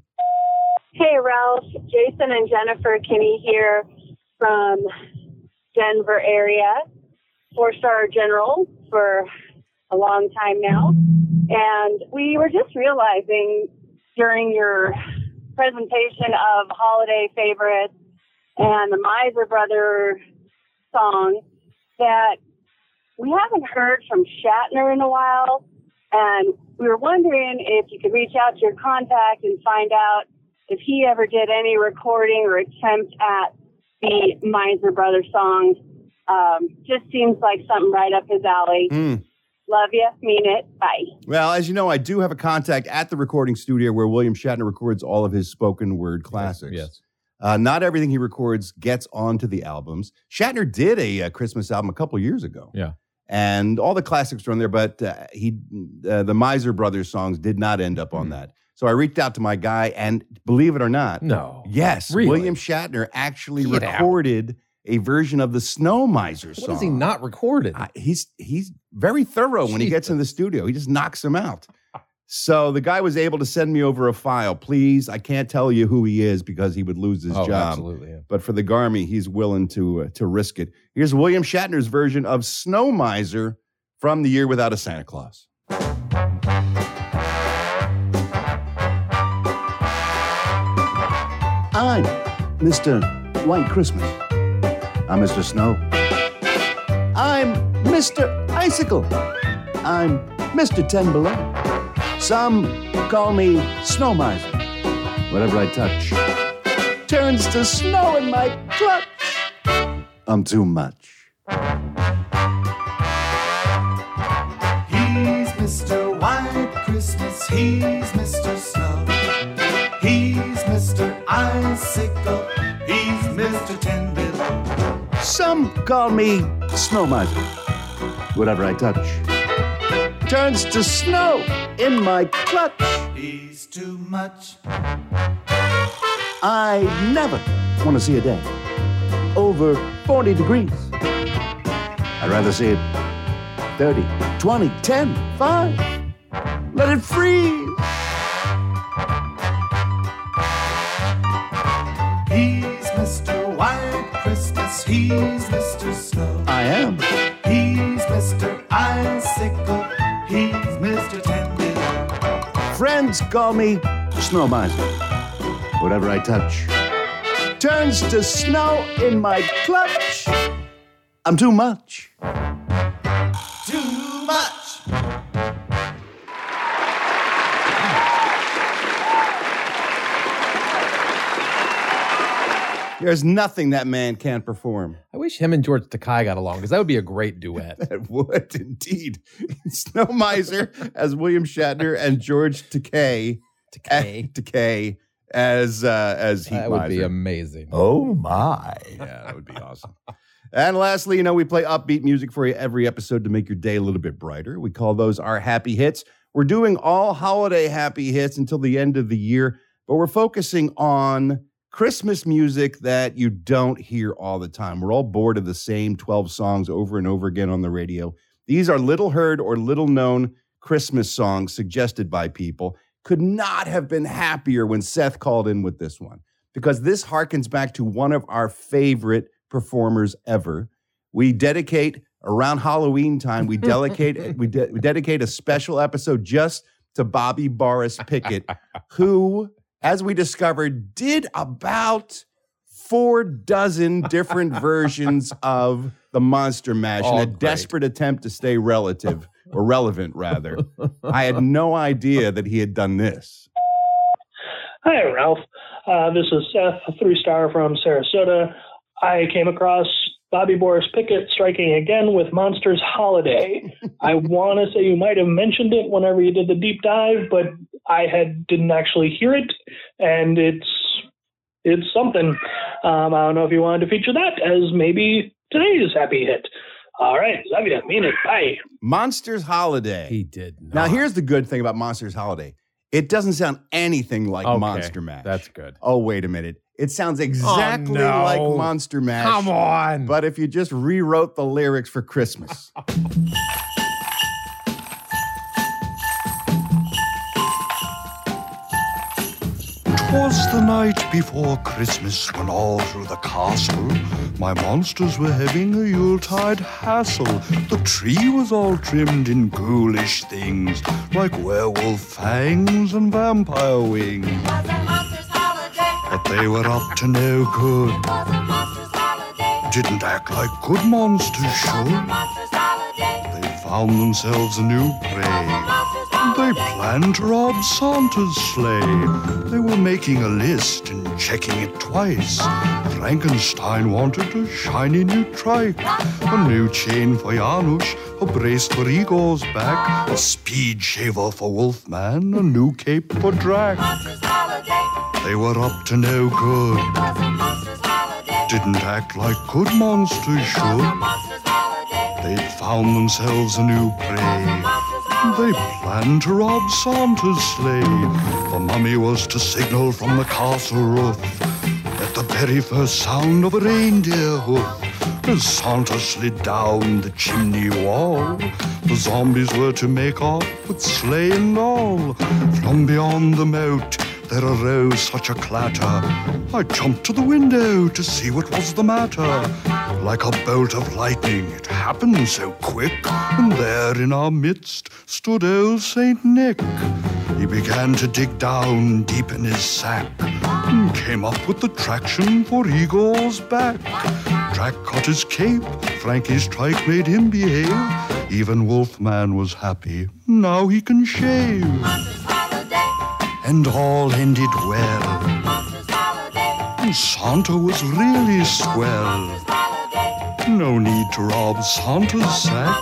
Speaker 16: Hey, Ralph, Jason, and Jennifer Kinney here from Denver area. Four star general for a long time now, and we were just realizing during your presentation of holiday favorites and the Miser Brother song that we haven't heard from Shatner in a while, and we were wondering if you could reach out to your contact and find out if he ever did any recording or attempt at the Miser Brother songs. Um, just seems like something right up his alley.
Speaker 3: Hmm.
Speaker 2: Mm.
Speaker 16: Love you. Mean it. Bye.
Speaker 2: Well, as you know, I do have a contact at the recording studio where William Shatner records all of his spoken word classics.
Speaker 3: Yes.
Speaker 2: Uh, not everything he records gets onto the albums. Shatner did a, uh Christmas album a couple years ago.
Speaker 3: Yeah.
Speaker 2: And all the classics are on there, but uh, he, uh, the Miser Brothers songs did not end up
Speaker 3: Hmm.
Speaker 2: on that. So I reached out to my guy, and believe it or not,
Speaker 3: No.
Speaker 2: yes,
Speaker 3: Really?
Speaker 2: William Shatner actually
Speaker 3: Get out.
Speaker 2: recorded a version of the Snow Miser song.
Speaker 3: What has he not recorded?
Speaker 2: I- he's he's very thorough when he gets in the studio. He just knocks him out. So the guy was able to send me over a file. Please, I can't tell you who he is because he would lose his
Speaker 3: oh,
Speaker 2: job.
Speaker 3: absolutely. yeah.
Speaker 2: But for the Garmy, he's willing to uh, to risk it. Here's William Shatner's version of Snow Miser from the year without a Santa Claus.
Speaker 1: I'm Mr. White Christmas. I'm Mr. Snow. I'm Mr. Icicle. I'm Mr. Ten Below. Some call me Snow Miser. Whatever I touch turns to snow in my clutch. I'm too much.
Speaker 17: He's Mr. White Christmas. He's Mr. Snow. He's Mr. Icicle. He's Mr. Ten Below.
Speaker 1: Some call me Snow Miser. Whatever I touch turns to snow in my clutch.
Speaker 17: He's too much.
Speaker 1: I never want to see a day over 40 degrees. I'd rather see it 30, 20, 10, 5. Let it freeze.
Speaker 17: He's Mr. White Christmas. He's Mr. Snow.
Speaker 1: I am.
Speaker 17: He's Mr. Icicle. He's Mr. Ten Below.
Speaker 1: Friends call me Snow Miser. Whatever I touch turns to snow in my clutch. I'm too much.
Speaker 17: Too much.
Speaker 2: There's nothing that man can't perform.
Speaker 3: I wish him and George Takai got along because that would be a great duet.
Speaker 2: That would indeed. Snow Miser as William Shatner and George Takei. Takei. Takei as uh, as Heat
Speaker 3: that would be
Speaker 2: Miser.
Speaker 3: amazing.
Speaker 2: Oh my. Yeah, that would be awesome. And lastly, you know, we play upbeat music for you every episode to make your day a little bit brighter. We call those our happy hits. We're doing all holiday happy hits until the end of the year, but we're focusing on Christmas music that you don't hear all the time. We're all bored of the same 12 songs over and over again on the radio. These are little heard or little known Christmas songs suggested by people. Could not have been happier when Seth called in with this one because this harkens back to one of our favorite performers ever. We dedicate around Halloween time. We dedicate we, de- we dedicate a special episode just to Bobby Boris Pickett, who, as we discovered, did about four dozen different versions of the Monster Mash
Speaker 3: All
Speaker 2: in a
Speaker 3: great.
Speaker 2: desperate attempt to stay relative or relevant, rather. I had no idea that he had done this.
Speaker 18: Hi, Ralph. Uh, this is Seth, three star from Sarasota. I came across Bobby Boris Pickett striking again with Monsters Holiday. I want to say you might have mentioned it whenever you did the deep dive, but I had didn't actually hear it, and it's it's something. Um, I don't know if you wanted to feature that as maybe today's happy hit. All right, love you, mean it. Bye.
Speaker 2: Monsters Holiday.
Speaker 3: He did not. Uh-huh.
Speaker 2: Now, here's the good thing about Monsters Holiday It doesn't sound anything like
Speaker 3: Okay,
Speaker 2: Monster Mash.
Speaker 3: That's good.
Speaker 2: Oh, wait a minute. It sounds exactly
Speaker 3: no.
Speaker 2: like Monster Mash.
Speaker 3: Come on.
Speaker 2: But if you just rewrote the lyrics for Christmas.
Speaker 19: Twas the night before Christmas when all through the castle my monsters were having a Yuletide hassle. The tree was all trimmed in ghoulish things like werewolf fangs and vampire wings. But they were up to no good. Didn't act like good monsters should. They found themselves a new prey. They planned to rob Santa's sleigh. They were making a list and checking it twice. Frankenstein wanted a shiny new trike, a new chain for Janusz, a brace for Igor's back, a speed shaver for Wolfman, a new cape for Drac. They were up to no good. Didn't act like good monsters should. They'd found themselves a new prey. They planned to rob Santa's sleigh. The mummy was to signal from the castle roof at the very first sound of a reindeer hoof. As Santa slid down the chimney wall, the zombies were to make off with sleigh and all. From beyond the moat, there arose such a clatter. I jumped to the window to see what was the matter. Like a bolt of lightning, it happened so quick, and there in our midst stood old Saint Nick. He began to dig down deep in his sack and came up with the traction for Igor's back. Jack caught his cape, Frankie's trike made him behave. Even Wolfman was happy, now he can shave. And all ended well. And Santa was really swell. No need to rob Santa's sack.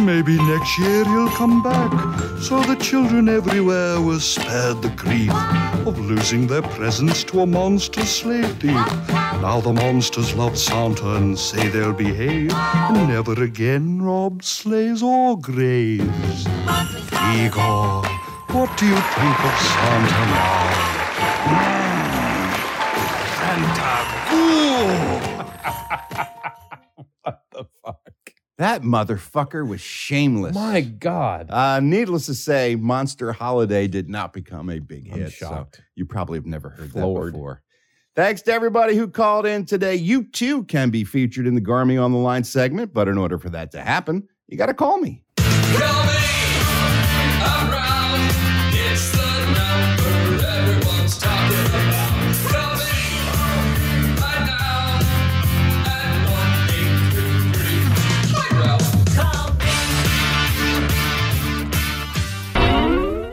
Speaker 19: Maybe next year he'll come back. So the children everywhere were spared the grief of losing their presents to a monster slave thief. Now the monsters love Santa and say they'll behave and never again rob sleighs or graves. Igor, what do you think of Santa now?
Speaker 2: That motherfucker was shameless.
Speaker 3: My God.
Speaker 2: Uh, needless to say, Monster Holiday did not become a big
Speaker 3: I'm
Speaker 2: hit. so
Speaker 3: shocked.
Speaker 2: you probably have never heard
Speaker 3: Floored.
Speaker 2: that before. Thanks to everybody who called in today. You too can be featured in the Garmy on the Line segment, but in order for that to happen, you got to call me.
Speaker 6: It's the number everyone's talking about. Call me right now at one eight three three. Hi, Ralph. Call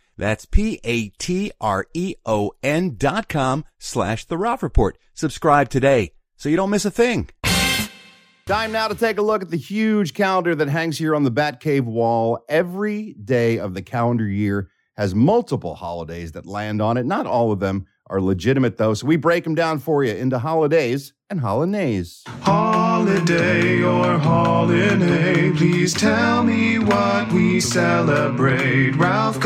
Speaker 20: That's P-A-T-R-E-O-N E dot com slash the Ralph Report. Subscribe today so you don't miss a thing.
Speaker 2: Time now to take a look at the huge calendar that hangs here on the Batcave wall. Every day of the calendar year has multiple holidays that land on it. Not all of them are legitimate, though, so we break them down for you into holidays and holinays.
Speaker 17: Holiday or holiday, please tell me what we celebrate. Ralph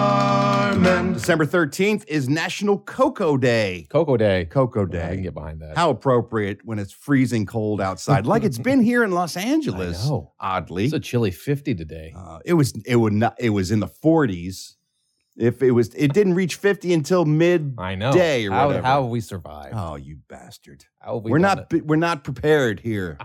Speaker 17: Garman.
Speaker 2: December 13th is National Cocoa Day.
Speaker 3: Cocoa Day.
Speaker 2: Cocoa
Speaker 3: I can
Speaker 2: Day.
Speaker 3: get behind that.
Speaker 2: How appropriate when it's freezing cold outside, like it's been here in Los Angeles.
Speaker 3: know.
Speaker 2: Oddly,
Speaker 3: It's a chilly 50 today.
Speaker 2: Uh, it was it would not it was in the 40s. If it was it didn't reach 50 until mid
Speaker 3: I know.
Speaker 2: day or
Speaker 3: how,
Speaker 2: whatever.
Speaker 3: how have we survived?
Speaker 2: Oh, you bastard.
Speaker 3: How have we
Speaker 2: We are
Speaker 3: done
Speaker 2: not we're not prepared here.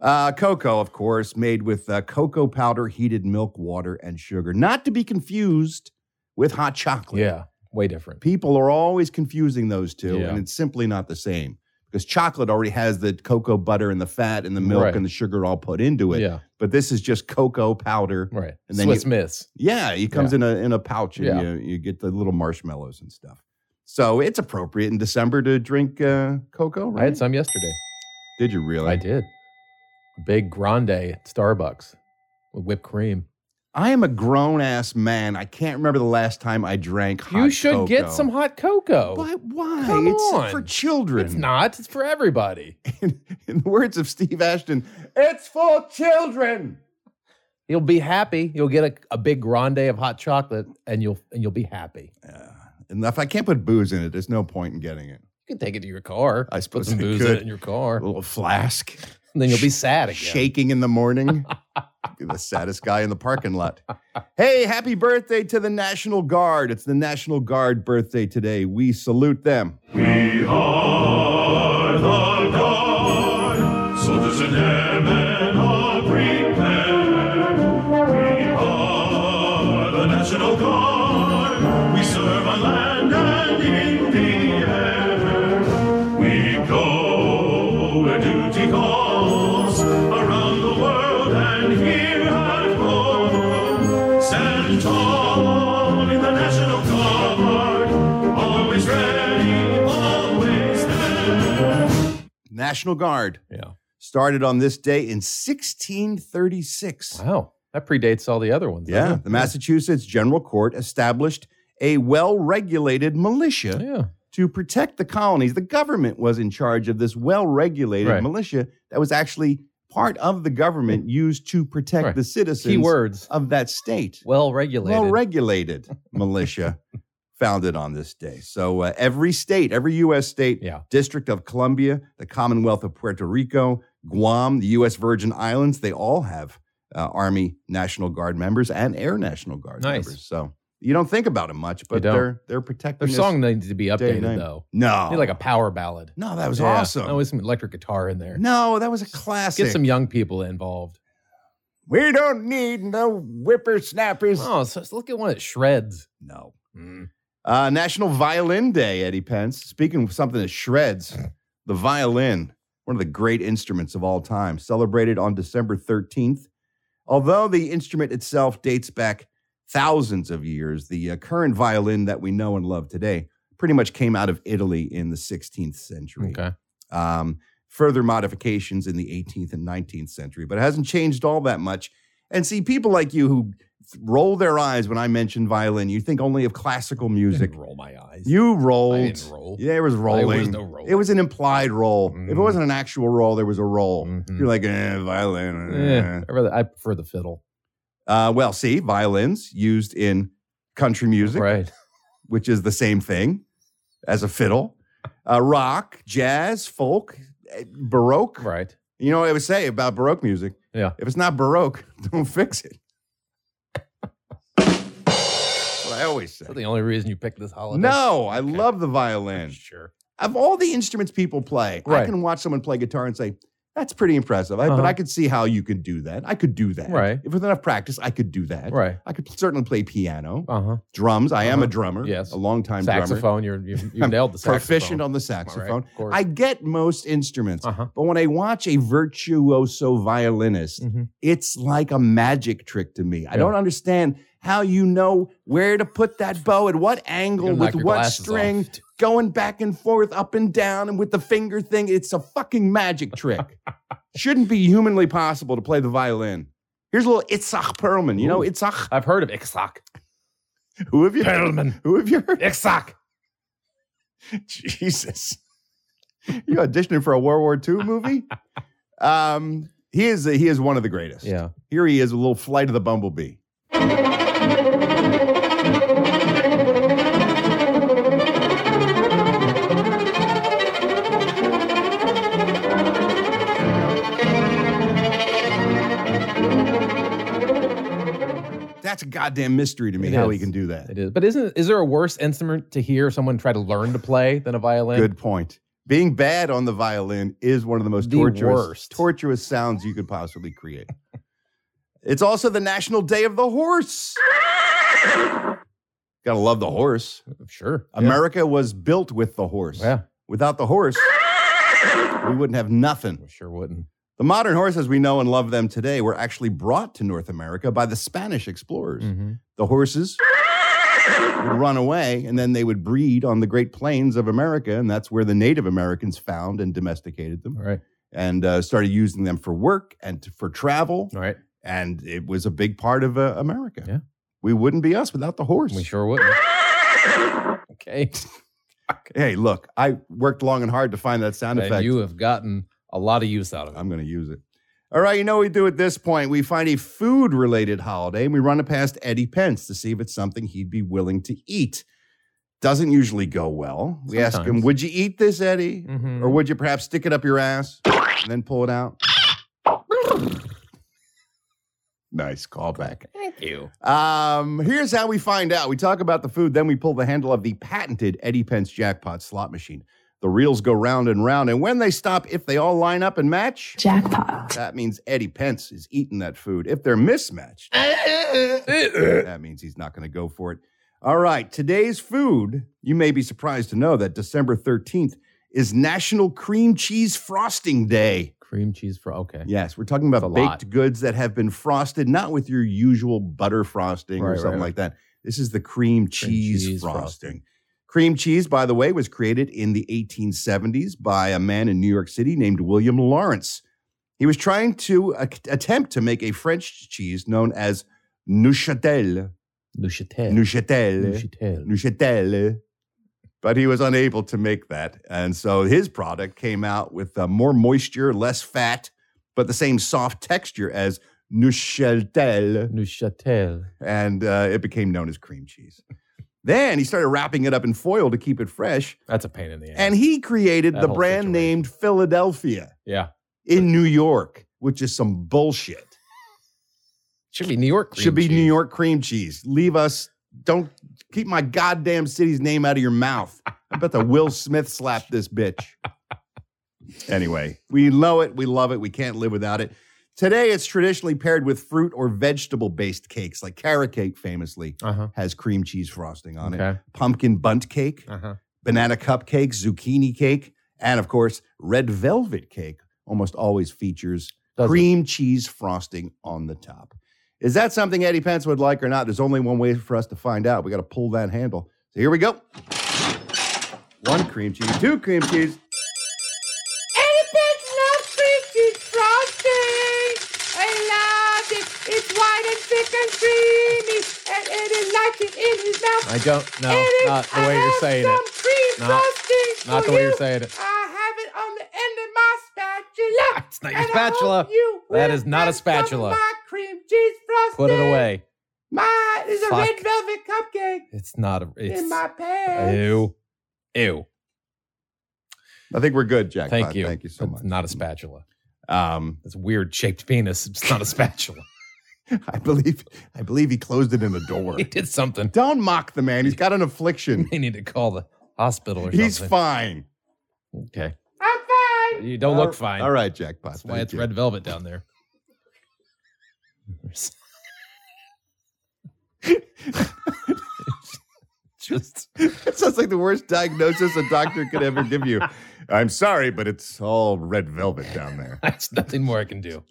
Speaker 2: uh, cocoa, of course, made with uh, cocoa powder, heated milk, water, and sugar. Not to be confused with hot
Speaker 3: it?
Speaker 2: chocolate.
Speaker 3: Yeah. Way different.
Speaker 2: People are always confusing those two,
Speaker 3: Yeah.
Speaker 2: and it's simply not the same. because chocolate already has the cocoa butter and the fat and the milk
Speaker 3: Right.
Speaker 2: and the sugar all put into it.
Speaker 3: Yeah.
Speaker 2: But this is just cocoa powder.
Speaker 3: Right.
Speaker 2: And then
Speaker 3: Swiss
Speaker 2: you-
Speaker 3: Miss.
Speaker 2: Yeah, it comes
Speaker 3: Yeah.
Speaker 2: in a in a pouch and
Speaker 3: Yeah.
Speaker 2: you, you get the little marshmallows and stuff. So it's appropriate in December to drink uh, cocoa, right?
Speaker 3: I had some yesterday.
Speaker 2: Did you really?
Speaker 3: I did. Big grande at Starbucks with whipped cream.
Speaker 2: I am a grown ass man. I can't remember the last time I drank hot
Speaker 3: you should get
Speaker 2: cocoa.
Speaker 3: some hot cocoa.
Speaker 2: But why?
Speaker 3: Come
Speaker 2: it's
Speaker 3: on.
Speaker 2: for children.
Speaker 3: It's not. It's for everybody.
Speaker 2: In the words of Steve Ashton, it's for children.
Speaker 3: You'll be happy. You'll get a, a big grande of hot chocolate, and you'll and you'll be happy.
Speaker 2: And if I can't put booze in it, there's no point in getting it.
Speaker 3: You can take it to your car.
Speaker 2: I
Speaker 3: Put
Speaker 2: suppose
Speaker 3: some
Speaker 2: I
Speaker 3: booze in
Speaker 2: could.
Speaker 3: it in your car.
Speaker 2: A little flask.
Speaker 3: And then you'll be sad again.
Speaker 2: Shaking in the morning. You're the saddest guy in the parking lot. Hey, happy birthday to the National Guard. It's the National Guard birthday today. We salute them.
Speaker 6: We are the guard, soldiers in airmen are prepared. We are the National Guard, we serve on land and in the air. We go where duty calls, around the world and here at home. Stand tall in the National Guard, always ready, always there.
Speaker 2: National Guard.
Speaker 3: Yeah.
Speaker 2: Started on this day in 1636.
Speaker 3: Wow. That predates all the other ones. doesn't
Speaker 2: Yeah.
Speaker 3: it?
Speaker 2: The Massachusetts General Court established a well regulated militia
Speaker 3: Yeah.
Speaker 2: to protect the colonies. The government was in charge of this well regulated
Speaker 3: Right.
Speaker 2: militia that was actually part of the government used to protect
Speaker 3: Right.
Speaker 2: the citizens
Speaker 3: Key words.
Speaker 2: of that state.
Speaker 3: Well regulated.
Speaker 2: Well regulated militia founded on this day. So uh, every state, every U.S. state,
Speaker 3: Yeah.
Speaker 2: District of Columbia, the Commonwealth of Puerto Rico, Guam, the U.S. Virgin Islands, they all have uh, Army National Guard members and Air National Guard
Speaker 3: Nice.
Speaker 2: members. So you don't think about it much, but
Speaker 3: don't.
Speaker 2: they're they're protecting
Speaker 3: Their
Speaker 2: this-
Speaker 3: song needs to be
Speaker 2: day and
Speaker 3: updated
Speaker 2: night.
Speaker 3: though.
Speaker 2: No,
Speaker 3: Need like a power ballad.
Speaker 2: no, that was
Speaker 3: Yeah.
Speaker 2: awesome.
Speaker 3: Oh, with some electric guitar in there.
Speaker 2: no, that was a classic.
Speaker 3: Get some young people involved.
Speaker 2: we don't need no whippersnappers.
Speaker 3: Oh, so let's look at one that shreds.
Speaker 2: No.
Speaker 3: Mm.
Speaker 2: Uh, National Violin Day, Eddie Pence. Speaking of something that shreds, the violin, one of the great instruments of all time, celebrated on December 13th. Although the instrument itself dates back thousands of years, the uh, current violin that we know and love today pretty much came out of Italy in the 16th century.
Speaker 3: Okay.
Speaker 2: Um, further modifications in the 18th and 19th century, but it hasn't changed all that much. And see, people like you who roll their eyes when I mention violin, you think only of classical music.
Speaker 3: Roll my eyes.
Speaker 2: You rolled.
Speaker 3: I didn't roll.
Speaker 2: Yeah, it was rolling.
Speaker 3: There was no roll.
Speaker 2: It was an implied roll. If it
Speaker 3: Mm.
Speaker 2: wasn't an actual roll, there was a roll.
Speaker 3: Mhm.
Speaker 2: You're like, eh, violin. eh.
Speaker 3: Yeah, I rather I prefer the fiddle.
Speaker 2: Uh, well, see, violins used in country music,
Speaker 3: Right.
Speaker 2: which is the same thing as a fiddle, uh, rock, jazz, folk, eh, baroque.
Speaker 3: Right.
Speaker 2: You know what I would say about baroque music?
Speaker 3: Yeah.
Speaker 2: If it's not baroque, don't fix it. That's what I always say.
Speaker 3: Is that the only reason you picked this holiday?
Speaker 2: No, I
Speaker 3: Okay.
Speaker 2: love the violin.
Speaker 3: Sure.
Speaker 2: of all the instruments people play, I
Speaker 3: Right.
Speaker 2: can watch someone play guitar and say, that's pretty impressive. I, But
Speaker 3: Uh-huh.
Speaker 2: I could see how you could do that. I could do that.
Speaker 3: Right.
Speaker 2: If with enough practice, I could do that.
Speaker 3: Right.
Speaker 2: I could certainly play piano,
Speaker 3: Uh huh.
Speaker 2: drums. I am a
Speaker 3: Uh-huh.
Speaker 2: drummer.
Speaker 3: Yes.
Speaker 2: A long time drummer.
Speaker 3: Saxophone. You're, you've, you've
Speaker 2: I'm
Speaker 3: nailed the saxophone.
Speaker 2: Proficient on the saxophone.
Speaker 3: Of course.
Speaker 2: I get most instruments.
Speaker 3: Uh huh.
Speaker 2: But when I watch a virtuoso violinist,
Speaker 3: Mhm.
Speaker 2: it's like a magic trick to me. I
Speaker 3: Yeah.
Speaker 2: don't understand how you know where to put that bow at what angle
Speaker 3: You're gonna knock
Speaker 2: with
Speaker 3: your
Speaker 2: what
Speaker 3: glasses off.
Speaker 2: string, going back and forth, up and down, and with the finger thing. It's a fucking magic trick. Shouldn't be humanly possible to play the violin. Here's a little Itzhak Perlman. You know
Speaker 3: Ooh.
Speaker 2: Itzhak?
Speaker 3: I've heard of Ixoc.
Speaker 2: Who have you
Speaker 3: Perlman.
Speaker 2: Who have you heard?
Speaker 3: Ixoc.
Speaker 2: Jesus. You auditioning for a World War II movie? Um, he is he is one of the greatest.
Speaker 3: Yeah.
Speaker 2: Here he is, a little flight of the bumblebee. That's a goddamn mystery to me
Speaker 3: It
Speaker 2: how
Speaker 3: is.
Speaker 2: he can do that.
Speaker 3: It is. But isn't is there a worse instrument to hear someone try to learn to play than a violin?
Speaker 2: Good point. Being bad on the violin is one of the most
Speaker 3: The
Speaker 2: torturous,
Speaker 3: worst.
Speaker 2: torturous sounds you could possibly create. it's also the National Day of the Horse. Gotta love the horse.
Speaker 3: Sure. Yeah.
Speaker 2: America was built with the horse.
Speaker 3: Yeah.
Speaker 2: Without the horse, we wouldn't have nothing. We
Speaker 3: sure wouldn't.
Speaker 2: The modern horses we know and love them today were actually brought to North America by the Spanish
Speaker 3: Mm.
Speaker 2: explorers.
Speaker 3: Mm-hmm.
Speaker 2: The horses would run away and then they would breed on the Great Plains of America, and that's where the Native Americans found and domesticated them.
Speaker 3: Right.
Speaker 2: And uh, started using them for work and t- for travel.
Speaker 3: Right.
Speaker 2: And it was a big part of uh, America.
Speaker 3: Yeah.
Speaker 2: We wouldn't be us without the horse.
Speaker 3: We sure wouldn't. okay.
Speaker 2: Hey, look, I worked long and hard to find that sound
Speaker 3: And
Speaker 2: effect.
Speaker 3: you have gotten a lot of use out of it.
Speaker 2: I'm going to use it. All right, you know what we do at this point. We find a food related holiday and we run it past Eddie Pence to see if it's something he'd be willing to eat. Doesn't usually go well. We ask him,
Speaker 3: Sometimes. Mm.
Speaker 2: Would you eat this, Eddie?
Speaker 3: Mm-hmm.
Speaker 2: Or would you perhaps stick it up your ass and then pull it out? nice callback.
Speaker 3: Thank you.
Speaker 2: Um, here's how we find out. We talk about the food, then we pull the handle of the patented Eddie Pence jackpot slot machine. The reels go round and round, and when they stop, if they all line up and match, jackpot. That means Eddie Pence is eating that food. If they're mismatched, that means he's not going to go for it. All right, today's food, you may be surprised to know that December 13th is National Cream Cheese Frosting Day.
Speaker 3: Cream cheese for okay.
Speaker 2: Yes, we're talking about
Speaker 3: That's a
Speaker 2: baked
Speaker 3: lot.
Speaker 2: goods that have been frosted, not with your usual butter frosting
Speaker 3: Right,
Speaker 2: or
Speaker 3: right,
Speaker 2: something
Speaker 3: right.
Speaker 2: like that. This is the cream cheese,
Speaker 3: cheese
Speaker 2: frosting.
Speaker 3: frosting.
Speaker 2: Cream cheese, by the way, was created in the 1870s by a man in New York City named William Lawrence. He was trying to a- attempt to make a French cheese known as Neuchâtel.
Speaker 3: Neuchâtel.
Speaker 2: Neuchâtel.
Speaker 3: Neuchâtel.
Speaker 2: Neuchâtel. eh? But he was unable to make that. And so his product came out with uh, more moisture, less fat, but the same soft texture as Neuchâtel.
Speaker 3: Neuchâtel.
Speaker 2: And uh, it became known as cream cheese. then he started wrapping it up in foil to keep it fresh.
Speaker 3: That's a pain in the ass.
Speaker 2: And he created
Speaker 3: That
Speaker 2: the
Speaker 3: whole
Speaker 2: brand named Philadelphia
Speaker 3: yeah.
Speaker 2: in New York, which is some bullshit.
Speaker 3: Should be New York. cream
Speaker 2: Should be
Speaker 3: cheese.
Speaker 2: New York cream cheese. Leave us. Don't keep my goddamn city's name out of your mouth. I bet the Will Smith slapped this bitch. Anyway, we know it. We love it. We can't live without it. Today, it's traditionally paired with fruit or vegetable based cakes, like carrot cake famously
Speaker 3: Uh-huh.
Speaker 2: has cream cheese frosting on it,
Speaker 3: Okay.
Speaker 2: pumpkin bunt cake,
Speaker 3: Uh-huh.
Speaker 2: banana cupcake, zucchini cake, and of course, red velvet cake almost always features
Speaker 3: Does it?
Speaker 2: cream cheese frosting on the top. Is that something Eddie Pence would like or not? There's only one way for us to find out. We got to pull that handle. So here we go. One cream cheese, two cream cheese.
Speaker 8: Elephant loves cream cheese frosting. I love it. It's white and thick and creamy, and it is like it in his mouth.
Speaker 3: I don't know.
Speaker 8: It is-
Speaker 3: Not the
Speaker 8: I
Speaker 3: way you're
Speaker 8: have
Speaker 3: saying
Speaker 8: some
Speaker 3: it.
Speaker 8: cream
Speaker 3: Not-
Speaker 8: frosting
Speaker 3: not
Speaker 8: for
Speaker 3: the way you're
Speaker 8: you.
Speaker 3: saying it. Ah,
Speaker 8: I have it on the end of my spatula. It's
Speaker 3: not your spatula. That is not a spatula.
Speaker 8: My cream cheese frosting.
Speaker 3: Put it away.
Speaker 8: My is a red
Speaker 3: Fuck.
Speaker 8: velvet cupcake
Speaker 3: It's not a. It's,
Speaker 8: in my pants.
Speaker 3: Ew. Ew.
Speaker 2: I think we're good, Jack.
Speaker 3: Thank you.
Speaker 2: Thank you so much.
Speaker 3: It's not a spatula.
Speaker 2: Um,
Speaker 3: It's a weird shaped penis. It's not a spatula.
Speaker 2: I believe I believe he closed it in the door.
Speaker 3: he did something.
Speaker 2: Don't mock the man. He's got an affliction.
Speaker 3: They need to call the hospital or
Speaker 2: He's
Speaker 3: something.
Speaker 2: fine.
Speaker 3: Okay.
Speaker 8: I'm fine.
Speaker 3: You don't
Speaker 2: All-
Speaker 3: look fine.
Speaker 2: All right, Jackpot.
Speaker 3: That's why
Speaker 2: Thank
Speaker 3: it's
Speaker 2: you.
Speaker 3: red velvet down there. Just
Speaker 2: That sounds like the worst diagnosis a doctor could ever give you. I'm sorry, but it's all red velvet down there.
Speaker 3: there's nothing more I can do.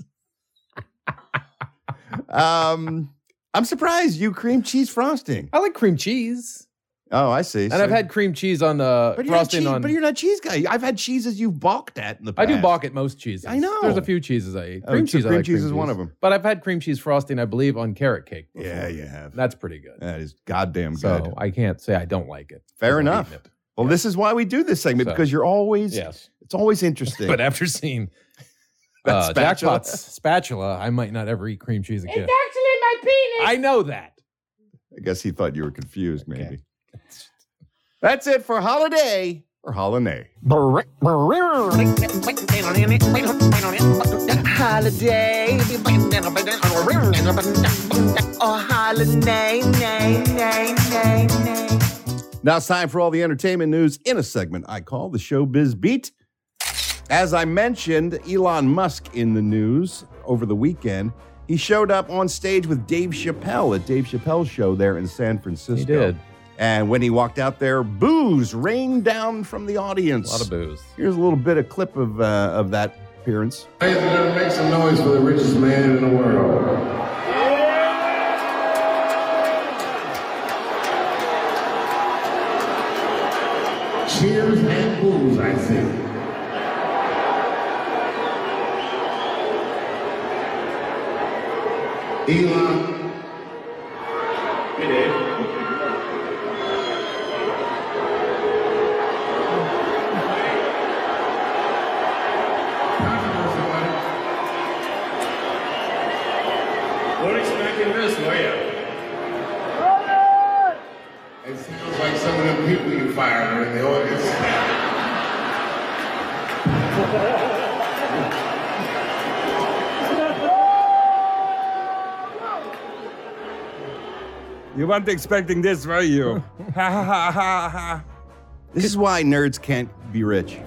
Speaker 2: Um, I'm surprised you cream cheese frosting.
Speaker 3: I like cream cheese,
Speaker 2: Oh, I see.
Speaker 3: and I've had cream cheese on uh,
Speaker 2: but you're, not
Speaker 3: frosting
Speaker 2: cheese,
Speaker 3: on.
Speaker 2: but you're not cheese guy. I've had cheeses you've balked at in the
Speaker 3: I
Speaker 2: past.
Speaker 3: do balk at most cheeses.
Speaker 2: I know.
Speaker 3: There's a few cheeses I eat.
Speaker 2: Oh,
Speaker 3: Cream
Speaker 2: so
Speaker 3: cheese, I
Speaker 2: cream
Speaker 3: like
Speaker 2: cheese is one of 'em.
Speaker 3: But I've had cream cheese frosting, I believe, on carrot cake. Before.
Speaker 2: Yeah, you have.
Speaker 3: That's pretty good.
Speaker 2: That is goddamn
Speaker 3: so
Speaker 2: good.
Speaker 3: I can't say I don't like it.
Speaker 2: Fair
Speaker 3: I've eaten
Speaker 2: enough.
Speaker 3: it.
Speaker 2: Well, this is why we do this segment
Speaker 3: So-
Speaker 2: because you're always
Speaker 3: Yes,
Speaker 2: it's always interesting.
Speaker 3: but after seeing
Speaker 2: That
Speaker 3: uh,
Speaker 2: spatula.
Speaker 3: Jackpot's spatula, I might not ever eat cream cheese
Speaker 8: It's
Speaker 3: again.
Speaker 8: actually my penis.
Speaker 3: I know that.
Speaker 2: I guess he thought you were confused, maybe. That's it for holiday or holiday.
Speaker 8: Holiday. Oh, holiday, nay, nay, nay, nay.
Speaker 2: Now it's time for all the entertainment news in a segment I call the Showbiz Beat. As I mentioned, Elon Musk in the news over the weekend. He showed up on stage with Dave Chappelle at Dave Chappelle's show there in San Francisco.
Speaker 3: did.
Speaker 2: And when he walked out there, booze rained down from the audience.
Speaker 3: A lot of booze.
Speaker 2: Here's a little bit of clip of uh, of that appearance.
Speaker 21: Ladies and gentlemen, make some noise for the richest man in the world. Cheers and booze, I think. Elon. Hey, Dave.
Speaker 22: Weren't expecting this, were you?
Speaker 21: It feels like some of the people you fired are in the audience.
Speaker 23: You weren't expecting this, were you? Ha ha ha ha ha.
Speaker 2: This is why nerds can't be rich.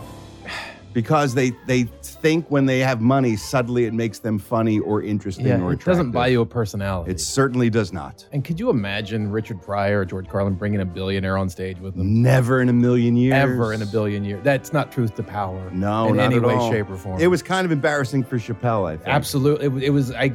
Speaker 2: Because they they think when they have money, suddenly it makes them funny or interesting
Speaker 3: Yeah,
Speaker 2: or
Speaker 3: it
Speaker 2: attractive.
Speaker 3: doesn't buy you a personality.
Speaker 2: It certainly does not.
Speaker 3: And could you imagine Richard Pryor or George Carlin bringing a billionaire on stage with them?
Speaker 2: Never in a million years.
Speaker 3: Ever in a billion years. That's not truth to power.
Speaker 2: No,
Speaker 3: in
Speaker 2: not
Speaker 3: any
Speaker 2: at
Speaker 3: way,
Speaker 2: all.
Speaker 3: shape, or form.
Speaker 2: It was kind of embarrassing for Chappelle, I think.
Speaker 3: absolutely. It, wa- it was. I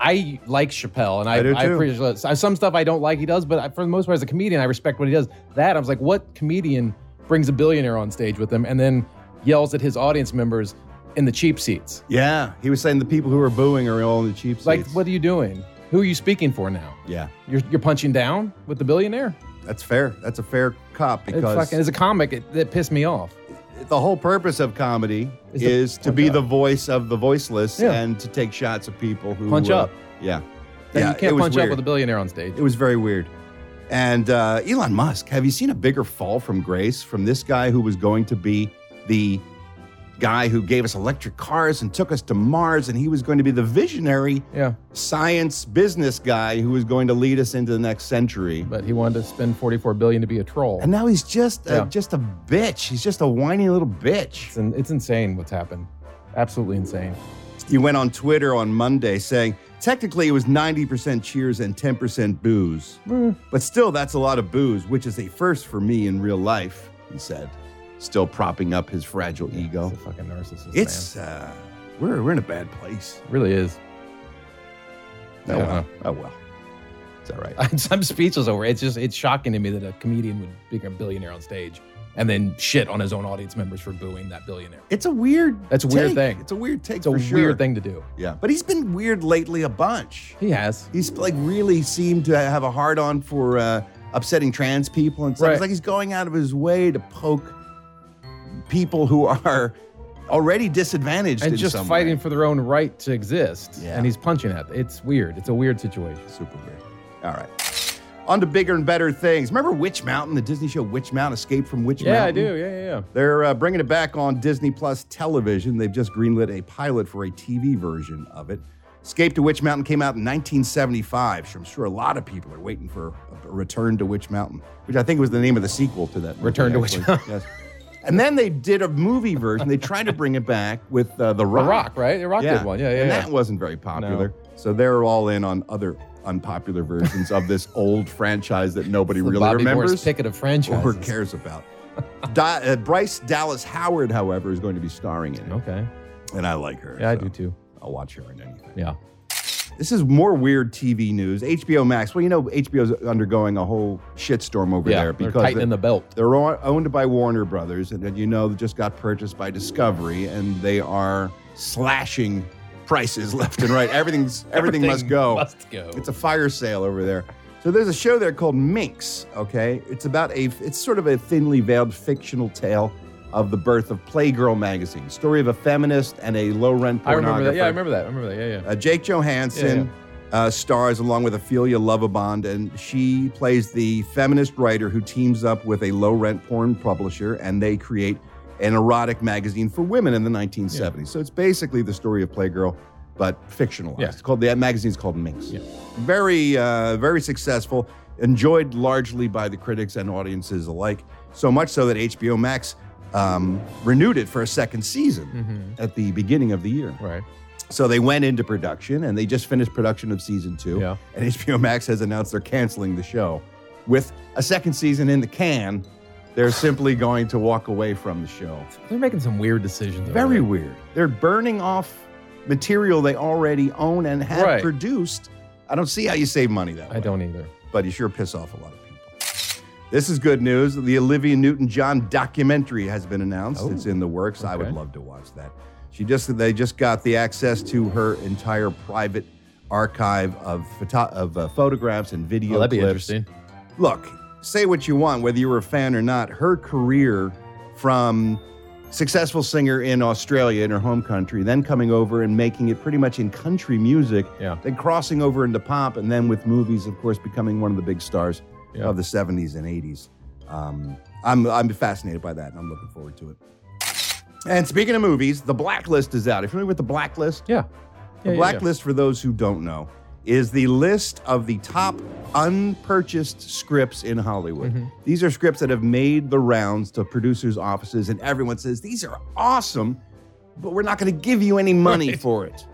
Speaker 3: I like Chappelle, and I,
Speaker 2: I do
Speaker 3: I
Speaker 2: too.
Speaker 3: appreciate I- some stuff I don't like he does, but I, for the most part, as a comedian, I respect what he does. That I was like, what comedian brings a billionaire on stage with him and then yells at his audience members in the cheap seats?
Speaker 2: Yeah, he was saying the people who are booing are all in the cheap seats.
Speaker 3: Like, what are you doing? Who are you speaking for now?
Speaker 2: yeah,
Speaker 3: You're, you're punching down with the billionaire?
Speaker 2: that's fair. That's a fair cop
Speaker 3: It
Speaker 2: because
Speaker 3: fucking, as a comic, it, that pissed me off.
Speaker 2: the whole purpose of comedy
Speaker 3: Is
Speaker 2: is,
Speaker 3: to
Speaker 2: to be the voice of the voiceless and to take shots of people who uh,
Speaker 3: Punch up.
Speaker 2: Yeah,
Speaker 3: Like,
Speaker 2: yeah.
Speaker 3: you
Speaker 2: it
Speaker 3: can't
Speaker 2: was
Speaker 3: punch up
Speaker 2: weird.
Speaker 3: with a billionaire on stage.
Speaker 2: It was very weird. And uh, Elon Musk, have you seen a bigger fall from grace from this guy who was going to be the guy who gave us electric cars and took us to Mars, and he was going to be the visionary
Speaker 3: Yeah.
Speaker 2: science business guy who was going to lead us into the next century.
Speaker 3: But he wanted to spend 44 billion to be a troll.
Speaker 2: And now he's just a,
Speaker 3: Yeah.
Speaker 2: just a bitch. He's just a whiny little bitch.
Speaker 3: It's, in, it's insane what's happened. Absolutely insane.
Speaker 2: He went on Twitter on Monday saying, technically it was 90% cheers and 10% booze.
Speaker 3: Hmm.
Speaker 2: But still, that's a lot of booze, which is a first for me in real life, he said, still propping up his fragile ego.
Speaker 3: It's a fucking narcissist.
Speaker 2: It's, uh, we're, we're in a bad place.
Speaker 3: man. It really is.
Speaker 2: Oh,
Speaker 3: Yeah.
Speaker 2: well. Oh, well. It's all right.
Speaker 3: I'm speechless over it. It's just it's shocking to me that a comedian would be a billionaire on stage and then shit on his own audience members for booing that billionaire.
Speaker 2: It's a weird
Speaker 3: That's a weird
Speaker 2: take.
Speaker 3: thing.
Speaker 2: It's a weird take
Speaker 3: It's a
Speaker 2: for
Speaker 3: weird
Speaker 2: sure.
Speaker 3: thing to do.
Speaker 2: Yeah. But he's been weird lately a bunch.
Speaker 3: He has.
Speaker 2: He's like really seemed to have a hard on for uh, upsetting trans people and stuff. It's
Speaker 3: Right.
Speaker 2: like he's going out of his way to poke people who are already disadvantaged
Speaker 3: And
Speaker 2: in
Speaker 3: just
Speaker 2: some
Speaker 3: fighting
Speaker 2: way.
Speaker 3: for their own right to exist.
Speaker 2: Yeah.
Speaker 3: And he's punching at it. It's weird. It's a weird situation.
Speaker 2: Super weird. All right. On to bigger and better things. Remember Witch Mountain, the Disney show Witch Mountain, Escape from Witch
Speaker 3: Yeah, I
Speaker 2: Mountain?
Speaker 3: do. Yeah, yeah, yeah.
Speaker 2: They're uh, bringing it back on Disney Plus television. They've just greenlit a pilot for a TV version of it. Escape to Witch Mountain came out in 1975, so I'm sure a lot of people are waiting for a Return to Witch Mountain, which I think was the name of the sequel to that. movie,
Speaker 3: Return to Witch
Speaker 2: actually. Yes. And then they did a movie version. They tried to bring it back with uh, The Rock.
Speaker 3: The Rock, right? The Rock did one. Yeah, yeah.
Speaker 2: And
Speaker 3: yeah.
Speaker 2: that wasn't very popular. So they're all in on other unpopular versions of this old franchise that nobody
Speaker 3: The
Speaker 2: really
Speaker 3: Bobby
Speaker 2: remembers
Speaker 3: Boris picket of franchises.
Speaker 2: or cares about. Di- uh, Bryce Dallas Howard, however, is going to be starring in it,
Speaker 3: Okay.
Speaker 2: and I like her.
Speaker 3: Yeah, I
Speaker 2: so
Speaker 3: do too.
Speaker 2: I'll watch her in anything.
Speaker 3: Yeah.
Speaker 2: This is more weird TV news. HBO Max. Well, you know HBO's undergoing a whole shitstorm over
Speaker 3: yeah.
Speaker 2: there
Speaker 3: They're
Speaker 2: because
Speaker 3: tightening the
Speaker 2: they-
Speaker 3: belt.
Speaker 2: they're o- owned by Warner Brothers, and then you know they just got purchased by Discovery, and they are slashing prices left and right. Everything's everything, must go.
Speaker 3: Must go.
Speaker 2: It's a fire sale over there. So there's a show there called Minx. Okay, it's about a it's sort of a thinly veiled fictional tale of the birth of Playgirl magazine, story of a feminist and a low rent.
Speaker 3: I remember that. Yeah, I remember that. I remember that. Yeah, yeah.
Speaker 2: Uh, Jake Johansson Uh, stars along with Ophelia Lovabond, and she plays the feminist writer who teams up with a low rent porn publisher, and they create an erotic magazine for women in the 1970s. So it's basically the story of Playgirl, but fictionalized.
Speaker 3: Yeah.
Speaker 2: It's called the magazine's called Minx. Very, uh, very successful. Enjoyed largely by the critics and audiences alike. So much so that HBO Max um, renewed it for a second season
Speaker 3: Mm-hmm.
Speaker 2: at the beginning of the year.
Speaker 3: Right.
Speaker 2: So they went into production and they just finished production of season two.
Speaker 3: Yeah.
Speaker 2: And HBO Max has announced they're canceling the show with a second season in the can, they're simply going to walk away from the show.
Speaker 3: They're making some weird decisions. over
Speaker 2: Very
Speaker 3: there.
Speaker 2: weird. They're burning off material they already own and have
Speaker 3: Right.
Speaker 2: produced. I don't see how you save money that way.
Speaker 3: I don't either.
Speaker 2: But you sure piss off a lot of people. This is good news. The Olivia Newton John documentary has been announced.
Speaker 1: Oh,
Speaker 2: it's in the works. I would love to watch that. She just they just got the access to her entire private archive of photo- of uh, photographs and video
Speaker 3: Oh, that'd be
Speaker 2: clips
Speaker 3: interesting.
Speaker 2: look, say what you want, whether you were a fan or not, her career from successful singer in Australia, in her home country, then coming over and making it pretty much in country music,
Speaker 3: Yeah.
Speaker 2: then crossing over into pop, and then with movies, of course, becoming one of the big stars of the 70s and 80s. Um, I'm, I'm fascinated by that, and I'm looking forward to it. And speaking of movies, The Blacklist is out. Are you familiar with The Blacklist?
Speaker 3: Yeah.
Speaker 2: The
Speaker 3: Yeah, yeah, yeah.
Speaker 2: Blacklist, for those who don't know, is the list of the top unpurchased scripts in Hollywood.
Speaker 3: Mm-hmm.
Speaker 2: These are scripts that have made the rounds to producers' offices, and everyone says, These are awesome, but we're not going to give you any money for it.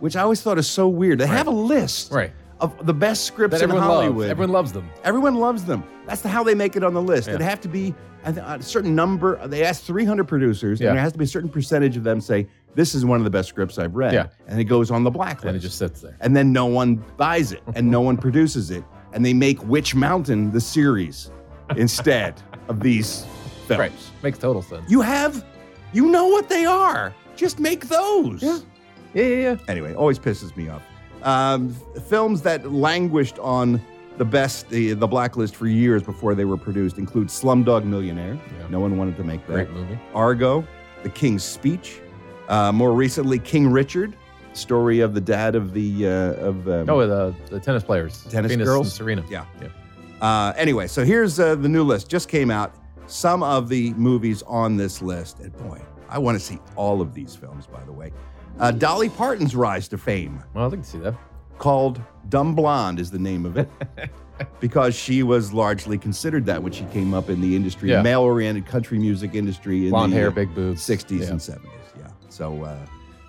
Speaker 2: Which I always thought is so weird. They have a list
Speaker 3: Right.
Speaker 2: of the best scripts
Speaker 3: That
Speaker 2: in
Speaker 3: everyone
Speaker 2: Hollywood.
Speaker 3: loves. Everyone loves them.
Speaker 2: Everyone loves them. That's the, how they make it on the list.
Speaker 3: Yeah.
Speaker 2: It'd have to be a, a certain number. They ask 300 producers,
Speaker 3: Yeah.
Speaker 2: and there has to be a certain percentage of them say, "This is one of the best scripts I've read."
Speaker 3: Yeah.
Speaker 2: And it goes on the blacklist.
Speaker 3: And it just sits there.
Speaker 2: And then no one buys it, and no one produces it, and they make Witch Mountain the series instead of these films.
Speaker 3: Right. Makes total sense.
Speaker 2: You have, you know what they are. Just make those.
Speaker 3: Yeah, yeah, yeah.
Speaker 2: Anyway, always pisses me off. Um, f- films that languished on the best, the, the blacklist for years before they were produced include Slumdog Millionaire. No one wanted to make that.
Speaker 3: Great movie.
Speaker 2: Argo, The King's Speech. Uh, more recently, King Richard, story of the dad of the uh, of um,
Speaker 3: No, the Oh, uh, the tennis players.
Speaker 2: Tennis
Speaker 3: Venus
Speaker 2: girls?
Speaker 3: and Serena.
Speaker 2: Yeah. Uh, anyway, so here's uh, the new list. Just came out. Some of the movies on this list, and boy, I want to see all of these films. By the way, uh, Dolly Parton's rise to fame,
Speaker 3: Well, I can see that.
Speaker 2: called "Dumb Blonde," is the name of it, because she was largely considered that when she came up in the industry,
Speaker 3: Yeah.
Speaker 2: male-oriented country music industry, in
Speaker 3: Blonde
Speaker 2: the,
Speaker 3: hair,
Speaker 2: uh,
Speaker 3: big boobs.
Speaker 2: 60s
Speaker 3: Yeah.
Speaker 2: and 70s. Yeah. So, uh,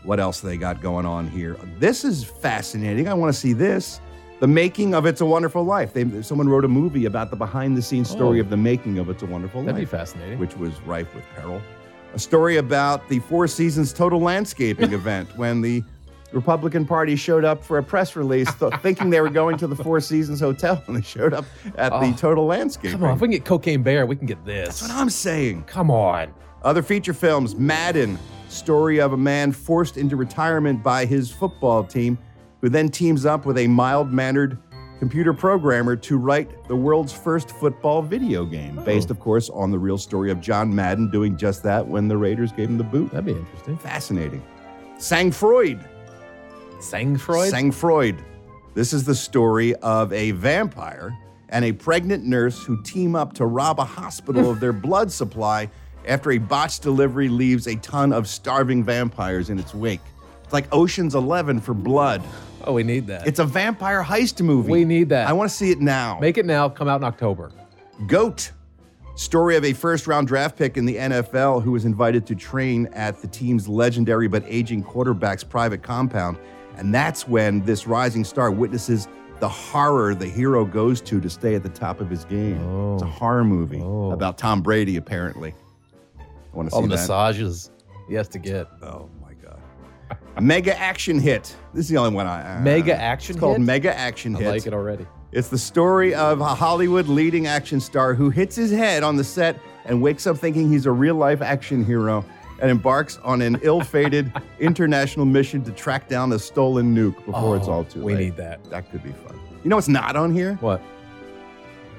Speaker 2: what else they got going on here? This is fascinating. I want to see this. The making of It's a Wonderful Life. They, someone wrote a movie about the behind the scenes story
Speaker 3: Oh.
Speaker 2: of the making of It's a Wonderful
Speaker 3: That'd be
Speaker 2: Life,
Speaker 3: fascinating.
Speaker 2: which was rife with peril. A story about the Four Seasons Total Landscaping event when the Republican Party showed up for a press release th- thinking they were going to the Four Seasons Hotel and they showed up at
Speaker 3: Oh.
Speaker 2: the Total Landscaping.
Speaker 3: Come on, if we can get Cocaine Bear, we can get this.
Speaker 2: That's what I'm saying.
Speaker 3: Come on.
Speaker 2: Other feature films Madden, story of a man forced into retirement by his football team, who then teams up with a mild mannered computer programmer to write the world's first football video game, based, of course, on the real story of John Madden doing just that when the Raiders gave him the boot.
Speaker 3: That'd be interesting.
Speaker 2: Fascinating. Sang Freud.
Speaker 3: Sang Freud?
Speaker 2: Sang Freud. This is the story of a vampire and a pregnant nurse who team up to rob a hospital of their blood supply after a botched delivery leaves a ton of starving vampires in its wake. It's like Ocean's 11 for blood.
Speaker 3: oh, we need that.
Speaker 2: It's a vampire heist movie.
Speaker 3: we need that.
Speaker 2: I want to see it now.
Speaker 3: Make it now. Come out in October.
Speaker 2: Goat. Story of a first round draft pick in the NFL who was invited to train at the team's legendary but aging quarterback's private compound. And that's when this rising star witnesses the horror the hero goes to to stay at the top of his game. It's a
Speaker 3: Oh.
Speaker 2: horror movie about Tom Brady, apparently. I want to
Speaker 3: All
Speaker 2: see
Speaker 3: Oh. the
Speaker 2: that.
Speaker 3: massages he has to get.
Speaker 2: Oh my god. Mega action hit. This is the only one I.
Speaker 3: Mega action
Speaker 2: Um, It's called
Speaker 3: hit?
Speaker 2: Mega Action
Speaker 3: I
Speaker 2: Hit.
Speaker 3: like it already.
Speaker 2: It's the story of a Hollywood leading action star who hits his head on the set and wakes up thinking he's a real life action hero and embarks on an ill fated international mission to track down a stolen nuke before it's
Speaker 3: Oh,
Speaker 2: all too
Speaker 3: we
Speaker 2: late.
Speaker 3: need that.
Speaker 2: That could be fun. You know what's not on here?
Speaker 3: What?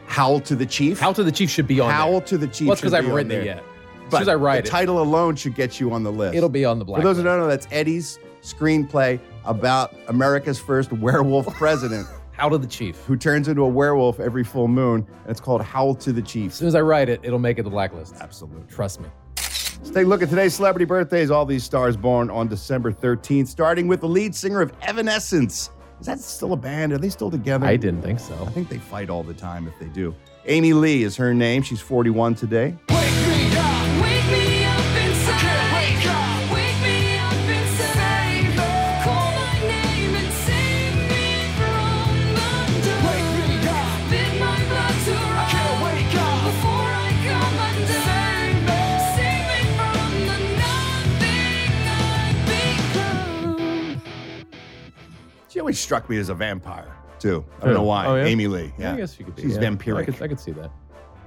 Speaker 2: Howl to the Chief.
Speaker 3: Howl to the Chief should be on.
Speaker 2: Howl
Speaker 3: there.
Speaker 2: to the Chief.
Speaker 3: Well, it's
Speaker 2: should
Speaker 3: because I
Speaker 2: be
Speaker 3: haven't
Speaker 2: on
Speaker 3: written
Speaker 2: there.
Speaker 3: it yet. As
Speaker 2: But
Speaker 3: soon as I write
Speaker 2: the
Speaker 3: it,
Speaker 2: title alone should get you on the list.
Speaker 3: it'll be on the black.
Speaker 2: For those who
Speaker 3: list.
Speaker 2: don't know, that's Eddie's screenplay about America's first werewolf president
Speaker 3: Howl to the Chief.
Speaker 2: who turns into a werewolf every full moon. And it's called Howl to the Chief.
Speaker 3: As soon as I write it, it'll make it the blacklist.
Speaker 2: Absolutely.
Speaker 3: Trust me.
Speaker 2: Let's take a look at today's celebrity birthdays. All these stars born on December 13th, starting with the lead singer of Evanescence. Is that still a band? Are they still together?
Speaker 3: I didn't think so.
Speaker 2: I think they fight all the time if they do. Amy Lee is her name. She's 41 today. always struck me as a vampire too. I don't know why.
Speaker 3: Oh, yeah?
Speaker 2: Amy Lee.
Speaker 3: Yeah,
Speaker 2: Yeah,
Speaker 3: I guess you could be.
Speaker 2: She's
Speaker 3: yeah.
Speaker 2: vampiric.
Speaker 3: I could, I could see that.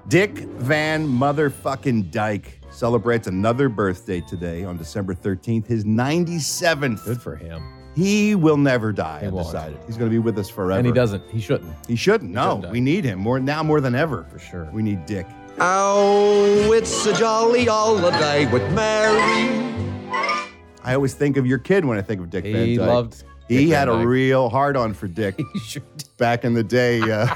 Speaker 2: Dick Van Motherfucking Dyke celebrates another birthday today on December 13th, his 97th. Good
Speaker 3: for him.
Speaker 2: He will never die. I've decided. He's going to be with us forever.
Speaker 3: And he doesn't. He shouldn't.
Speaker 2: He shouldn't. No,
Speaker 3: shouldn't die.
Speaker 2: we need him more now more than ever. For
Speaker 3: sure.
Speaker 2: We need Dick.
Speaker 5: Oh, it's a jolly holiday with Mary.
Speaker 2: I always think of your kid when I think of Dick Van Dyke.
Speaker 3: He loved
Speaker 2: He
Speaker 3: Dick Van
Speaker 2: had a
Speaker 3: Dyke.
Speaker 2: real hard on for Dick. he
Speaker 3: sure
Speaker 2: Back in the day. Uh,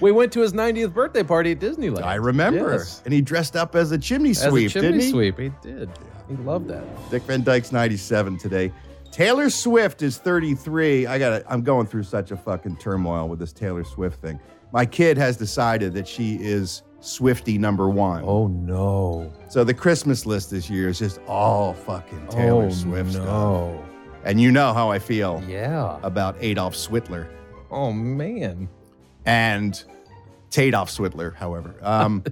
Speaker 3: We went to his 90th birthday party at Disneyland.
Speaker 2: I remember.
Speaker 3: Yes.
Speaker 2: And he dressed up as a chimney
Speaker 3: As a
Speaker 2: sweep,
Speaker 3: chimney
Speaker 2: didn't he?
Speaker 3: sweep. He did. He loved that.
Speaker 2: Dick Van Dyke's 97 today. Taylor Swift is 33. I got to I'm going through such a fucking turmoil with this Taylor Swift thing. My kid has decided that she is Swifty number 1.
Speaker 3: Oh no.
Speaker 2: So the Christmas list this year is just all fucking Taylor
Speaker 3: Oh,
Speaker 2: Swift
Speaker 3: no.
Speaker 2: stuff. And you know how I feel
Speaker 3: Yeah.
Speaker 2: about Adolf Switler
Speaker 3: Oh man.
Speaker 2: and Tadoff Switler, however. Um,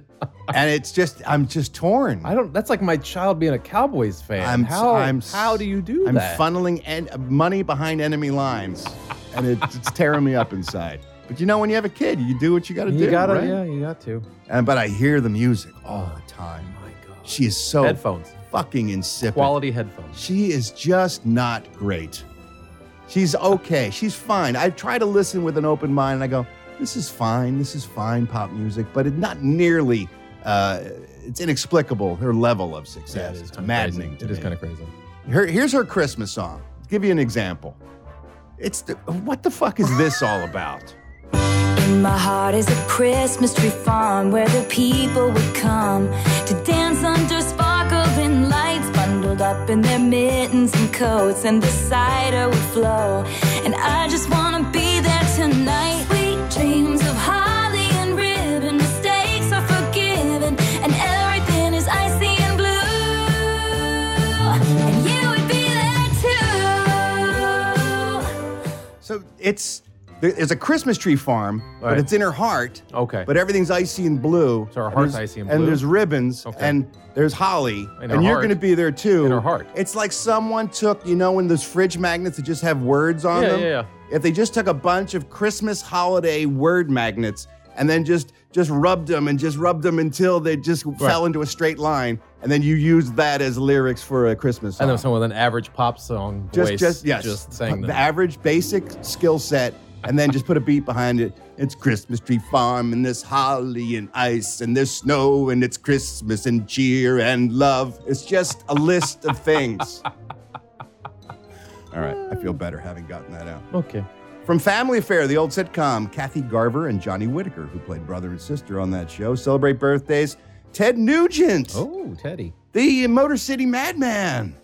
Speaker 2: and it's just I'm just torn.
Speaker 3: I don't. That's like my child being a Cowboys fan.
Speaker 2: I'm
Speaker 3: how?
Speaker 2: I'm
Speaker 3: how do you do
Speaker 2: I'm
Speaker 3: that?
Speaker 2: funneling en- money behind enemy lines, and it, it's tearing me up inside. But you know, when you have a kid, you do what you got to do.
Speaker 3: You gotta.
Speaker 2: right?
Speaker 3: Yeah, you got to.
Speaker 2: And but I hear the music all the time. my God, she is so
Speaker 3: Headphones.
Speaker 2: fucking insipid.
Speaker 3: Quality headphones.
Speaker 2: She is just not great. She's okay. She's fine. I try to listen with an open mind, and I go, "This is fine. This is fine pop music," but it's not nearly. Uh, it's inexplicable her level of success. it's maddening. Oh.
Speaker 3: It is kind of crazy.
Speaker 2: Her, here's her Christmas song. To give you an example. It's the, what the fuck is this all about?
Speaker 7: My heart is a Christmas tree farm where the people would come to dance under sparkling lights, bundled up in their mittens and coats, and the cider would flow. And I just wanna be there tonight. Sweet dreams of holly and ribbon, mistakes are forgiven, and everything is icy and blue. And you would be there too.
Speaker 2: So it's there- there's a Christmas tree farm, but
Speaker 3: right.
Speaker 2: it's in her heart.
Speaker 3: Okay.
Speaker 2: But everything's icy and blue. So
Speaker 3: her
Speaker 2: and
Speaker 3: heart's
Speaker 2: there's-
Speaker 3: icy and
Speaker 2: And
Speaker 3: blue.
Speaker 2: there's ribbons
Speaker 3: Okay.
Speaker 2: and there's holly,
Speaker 3: In her
Speaker 2: and you're
Speaker 3: heart.
Speaker 2: going to be there too.
Speaker 3: In her heart.
Speaker 2: It's like someone took, you know, when those fridge magnets that just have words on
Speaker 3: Yeah,
Speaker 2: them.
Speaker 3: yeah, yeah.
Speaker 2: If they just took a bunch of Christmas holiday word magnets and then just just rubbed them and just rubbed them until they just fell into a straight line, and then you used that as lyrics for a Christmas song
Speaker 3: I know someone with an average pop song
Speaker 2: just
Speaker 3: voice.
Speaker 2: just yes
Speaker 3: Just saying
Speaker 2: the
Speaker 3: that.
Speaker 2: average basic skill set and then just put a beat behind it it's christmas tree farm and there's holly and ice and there's snow and it's christmas and cheer and love it's just a list of things all right i feel better having gotten that out
Speaker 3: Okay.
Speaker 2: from Family Affair, the old sitcom, Kathy Garver and Johnny Whitaker, who played brother and sister on that show, celebrate birthdays. Ted Nugent.
Speaker 3: Oh, Teddy.
Speaker 2: The Motor City Madman.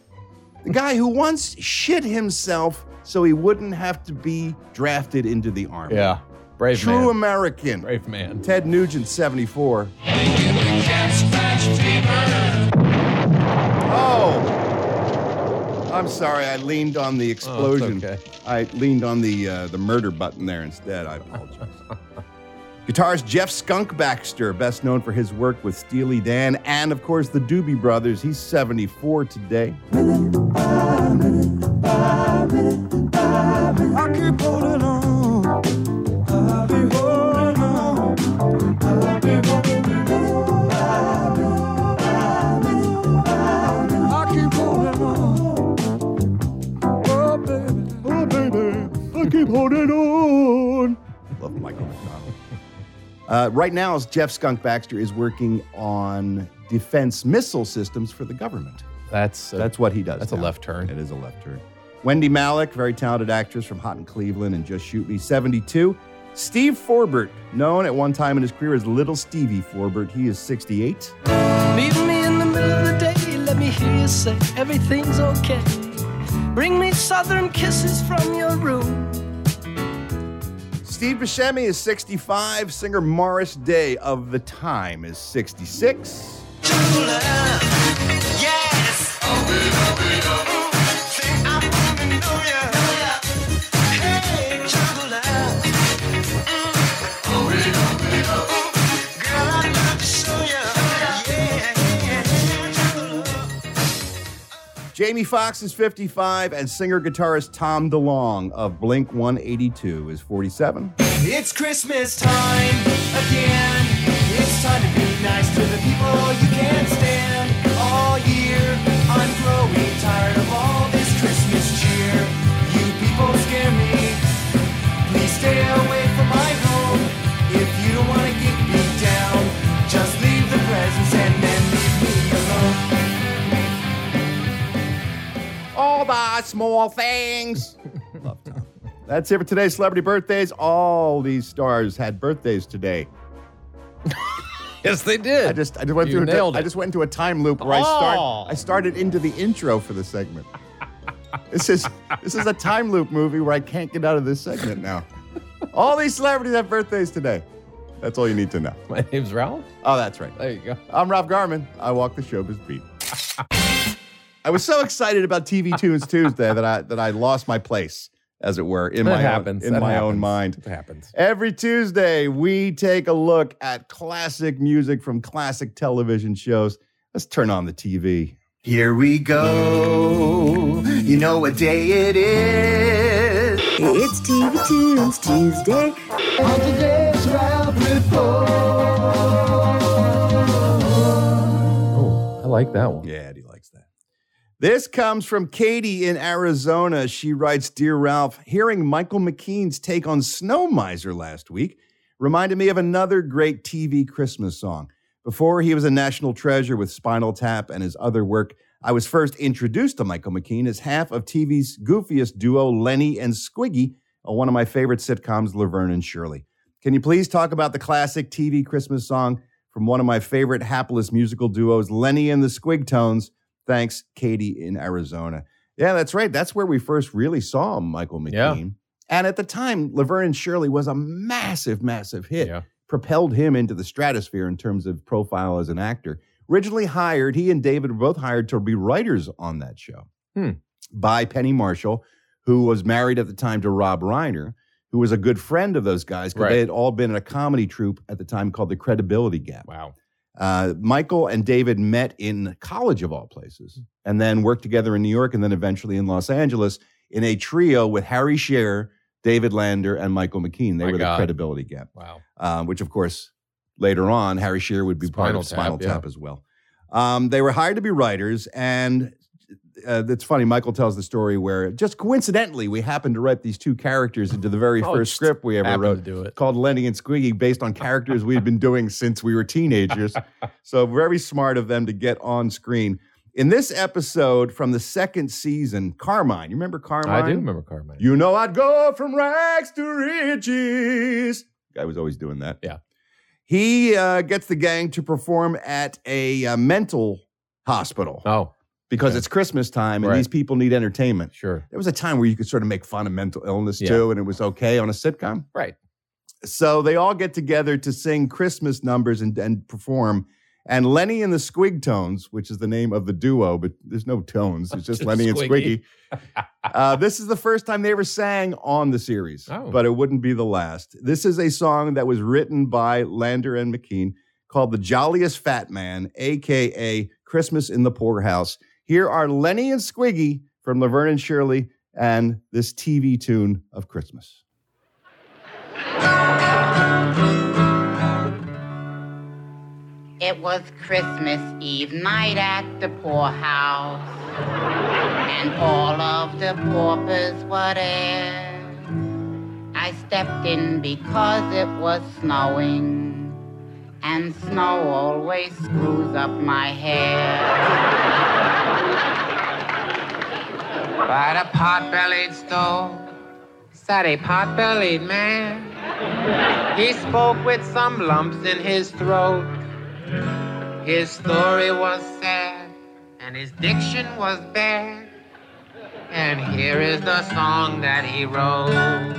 Speaker 2: The guy who once shit himself so he wouldn't have to be drafted into the army.
Speaker 3: Yeah. Brave
Speaker 2: True
Speaker 3: man.
Speaker 2: American.
Speaker 3: Brave man.
Speaker 2: Ted Nugent, 74. Oh! I'm sorry, I leaned on the explosion.
Speaker 3: okay.
Speaker 2: I leaned on the uh, the murder button there instead. I apologize. Guitarist Jeff Skunk Baxter, best known for his work with Steely Dan and, of course, the Doobie Brothers. He's 74 today.
Speaker 6: I keep holding on. I'll be holding on. I'll be holding on. I keep holding on. Oh, baby. Oh, baby. I keep holding on.
Speaker 2: Love Michael McDonald. Uh, right now, Jeff Skunk Baxter is working on defense missile systems for the government.
Speaker 3: That's a,
Speaker 2: That's what he does.
Speaker 3: That's a
Speaker 2: now.
Speaker 3: left turn.
Speaker 2: It is a left turn. Wendy Malick, very talented actress from Hot in Cleveland and Just Shoot Me, 72. Steve Forbert, known at one time in his career as Little Stevie Forbert, he is 68.
Speaker 9: Leave me in the middle of the day, let me hear you say everything's okay. Bring me southern kisses from your room.
Speaker 2: Steve Buscemi is 65. Singer Morris Day of the Time is 66.
Speaker 6: Yes. Say I wanna know ya. Hey, chocolate. Mm. Girl, I'd love to show ya. Yeah.
Speaker 2: Jamie Foxx is 55, and singer guitarist Tom DeLong of Blink 182 is 47.
Speaker 6: It's Christmas time again. It's time to be nice to the people you can't stand all year. I'm growing tired of all this Christmas cheer. You people scare me. Please stay away from my home. If you don't want to get me down, just leave the presents and then leave me alone.
Speaker 2: All the small things. Love Tom. That's it for today's celebrity birthdays. All these stars had birthdays today.
Speaker 3: yes, they did.
Speaker 2: I just I just went
Speaker 3: You
Speaker 2: through
Speaker 3: nailed
Speaker 2: a, I
Speaker 3: it.
Speaker 2: just went into a time loop where I
Speaker 3: Oh.
Speaker 2: start I started into the intro for the segment. this is this is a time loop movie where I can't get out of this segment now. all these celebrities have birthdays today. That's all you need to know.
Speaker 3: My name's Ralph.
Speaker 2: Oh, that's right.
Speaker 3: There you go.
Speaker 2: I'm Rob Garman. I walk the showbiz beat. I was so excited about TV Tunes Tuesday that I that I lost my place, as it were, in
Speaker 3: That
Speaker 2: my
Speaker 3: happens.
Speaker 2: own, in
Speaker 3: That
Speaker 2: my own
Speaker 3: happens.
Speaker 2: mind.
Speaker 3: It happens.
Speaker 2: Every Tuesday, we take a look at classic music from classic television shows. Let's turn on the TV.
Speaker 5: Here we go. You know what day it is. It's TV Tunes Tuesday.
Speaker 6: On today's Ralph Report.
Speaker 3: Oh, I like that one.
Speaker 2: Yeah, he likes that. This comes from Katie in Arizona. She writes Dear Ralph, hearing Michael McKean's take on Snow Miser last week reminded me of another great TV Christmas song. Before he was a national treasure with Spinal Tap and his other work, I was first introduced to Michael McKean as half of TV's goofiest duo, Lenny and Squiggy, on uh, one of my favorite sitcoms, Laverne and Shirley. Can you please talk about the classic TV Christmas song from one of my favorite hapless musical duos, Lenny and the Squigtones? Thanks, Katie in Arizona. Yeah, that's right. That's where we first really saw Michael McKean.
Speaker 3: Yeah.
Speaker 2: And at the time, Laverne and Shirley was a massive, massive hit.
Speaker 3: Yeah.
Speaker 2: Propelled him into the stratosphere in terms of profile as an actor. Originally hired, he and David were both hired to be writers on that show
Speaker 3: Hmm.
Speaker 2: by Penny Marshall, who was married at the time to Rob Reiner, who was a good friend of those guys because
Speaker 3: Right.
Speaker 2: they had all been in a comedy troupe at the time called the Credibility Gap.
Speaker 3: Wow.
Speaker 2: Uh, Michael and David met in college, of all places, and then worked together in New York and then eventually in Los Angeles in a trio with Harry Shearer, David Lander, and Michael McKean. They
Speaker 3: My
Speaker 2: were the
Speaker 3: God.
Speaker 2: credibility gap,
Speaker 3: Wow.
Speaker 2: um, which, of course, later on, Harry Shearer would be part
Speaker 3: Spinal
Speaker 2: of Spinal
Speaker 3: Tap, yeah.
Speaker 2: Tap as well. Um, they were hired to be writers, and uh, it's funny. Michael tells the story where just coincidentally we happened to write these two characters into the very
Speaker 3: Oh,
Speaker 2: first
Speaker 3: just
Speaker 2: script we ever
Speaker 3: happened
Speaker 2: wrote
Speaker 3: to do it.
Speaker 2: called Lenny and Squiggy based on characters we had been doing since we were teenagers. So very smart of them to get on screen. In this episode from the second season, Carmine, you remember Carmine?
Speaker 3: I do remember Carmine.
Speaker 2: You know I'd go from rags to riches. Guy was always doing that.
Speaker 3: Yeah.
Speaker 2: He uh, gets the gang to perform at a uh, mental hospital
Speaker 3: Oh,
Speaker 2: because
Speaker 3: okay.
Speaker 2: it's Christmas time and
Speaker 3: Right.
Speaker 2: these people need entertainment.
Speaker 3: sure.
Speaker 2: There was a time where you could sort of make fun of mental illness
Speaker 3: Yeah.
Speaker 2: too, and it was okay on a sitcom.
Speaker 3: Right.
Speaker 2: So they all get together to sing Christmas numbers and, and perform. And Lenny and the Squigtones, which is the name of the duo, but there's no tones. It's just
Speaker 3: Just
Speaker 2: Lenny and Squiggy.
Speaker 3: Squiggy.
Speaker 2: Uh, this is the first time they ever sang on the series,
Speaker 3: Oh.
Speaker 2: but it wouldn't be the last. This is a song that was written by Lander and McKean called The Jolliest Fat Man, AKA Christmas in the Poorhouse. Here are Lenny and Squiggy from Laverne and Shirley and this TV tune of Christmas.
Speaker 4: It was Christmas Eve night at the poorhouse, and all of the paupers were there. I stepped in because it was snowing, and snow always screws up my hair. By the pot-bellied stove sat a pot-bellied man. He spoke with some lumps in his throat. His story was sad, and his diction was bad. And here is the song that he wrote.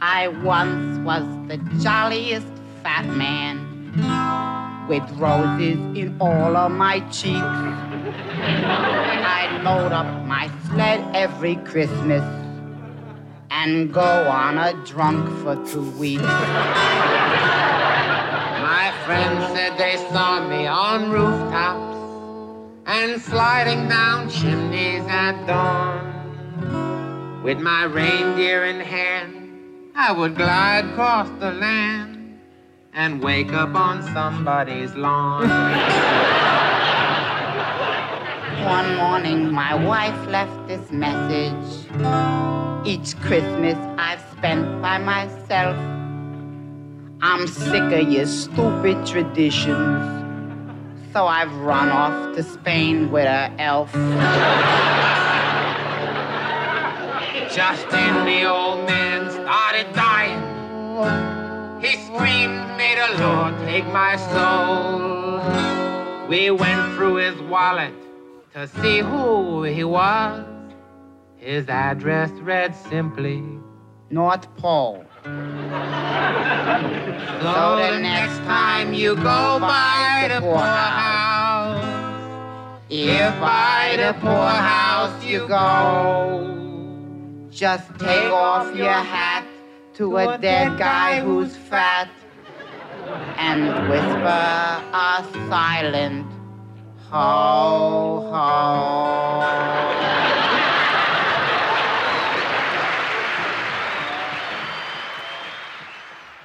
Speaker 4: I once was the jolliest fat man with roses in all of my cheeks. I load up my sled every Christmas and go on a drunk for two weeks. My friends said they saw me on rooftops and sliding down chimneys at dawn. With my reindeer in hand, I would glide across the land and wake up on somebody's lawn.
Speaker 10: One morning, my wife left this message. Each Christmas I've spent by myself. I'm sick of your stupid traditions. So I've run off to Spain with an elf.
Speaker 4: Just then the old man started dying. He screamed, May the Lord take my soul. We went through his wallet to see who he was. His address read simply
Speaker 10: North Pole.
Speaker 4: So the next time you go by the poorhouse, if by the poorhouse you go,
Speaker 10: just take off your hat to a dead guy who's fat and whisper a silent ho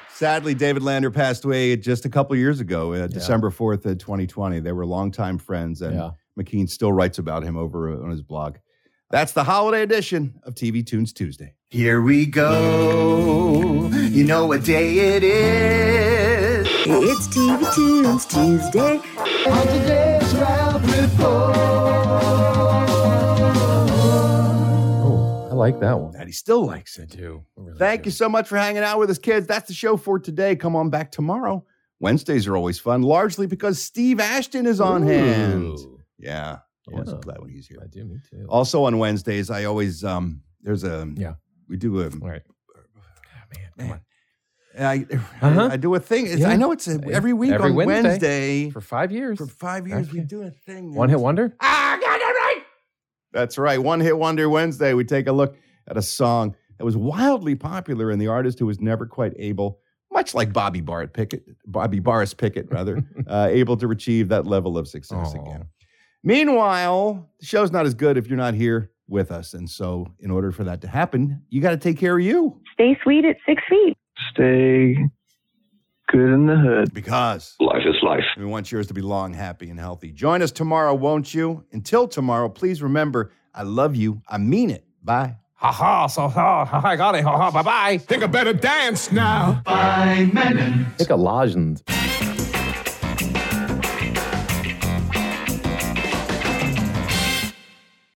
Speaker 2: Sadly, David Lander passed away just a couple years ago, uh, December 4th of 2020. They were longtime friends, and
Speaker 3: Yeah.
Speaker 2: McKean still writes about him over uh, on his blog. That's the holiday edition of TV Tunes Tuesday.
Speaker 5: Here we go. You know what day it is. It's TV Tunes Tuesday. On today's Ralph Report.
Speaker 3: Oh, I like that one.
Speaker 2: That he still likes it.
Speaker 3: too.
Speaker 2: Thank you so much for hanging out with us, kids. That's the show for today. Come on back tomorrow. Wednesdays are always fun, largely because Steve Ashton is on hand. Yeah. I want to play when he's here.
Speaker 3: Oh, I do, me too.
Speaker 2: Also on Wednesdays, I always um there's a
Speaker 3: Yeah.
Speaker 2: we do a
Speaker 3: Man,
Speaker 2: I,
Speaker 3: Uh-huh.
Speaker 2: I do a thing. It's- I
Speaker 3: Yeah.
Speaker 2: know it's a,
Speaker 3: Yeah.
Speaker 2: every week
Speaker 3: Every
Speaker 2: on
Speaker 3: Wednesday.
Speaker 2: Wednesday
Speaker 3: For five years.
Speaker 2: for Ah! five years we do a thing.
Speaker 3: One hit wonder?
Speaker 2: That's right. One Hit Wonder Wednesday, we take a look at a song that was wildly popular and the artist who was never quite able, much like Bobby Barrett Pickett, Bobby Barris Pickett, rather, uh, able to achieve that level of success again. Meanwhile, the show's not as good if you're not here with us. And so, in order for that to happen, you got to take care of you.
Speaker 11: Stay sweet at six feet.
Speaker 2: Stay good in the hood. Because life is life. We want yours to be long, happy, and healthy. Join us tomorrow, won't you? Until tomorrow, please remember I love you. I mean it. Bye.
Speaker 3: Ha ha, so ha, ha, I got it. Ha ha, bye bye. Think a better dance now. Bye, Menon. Think a lozenge.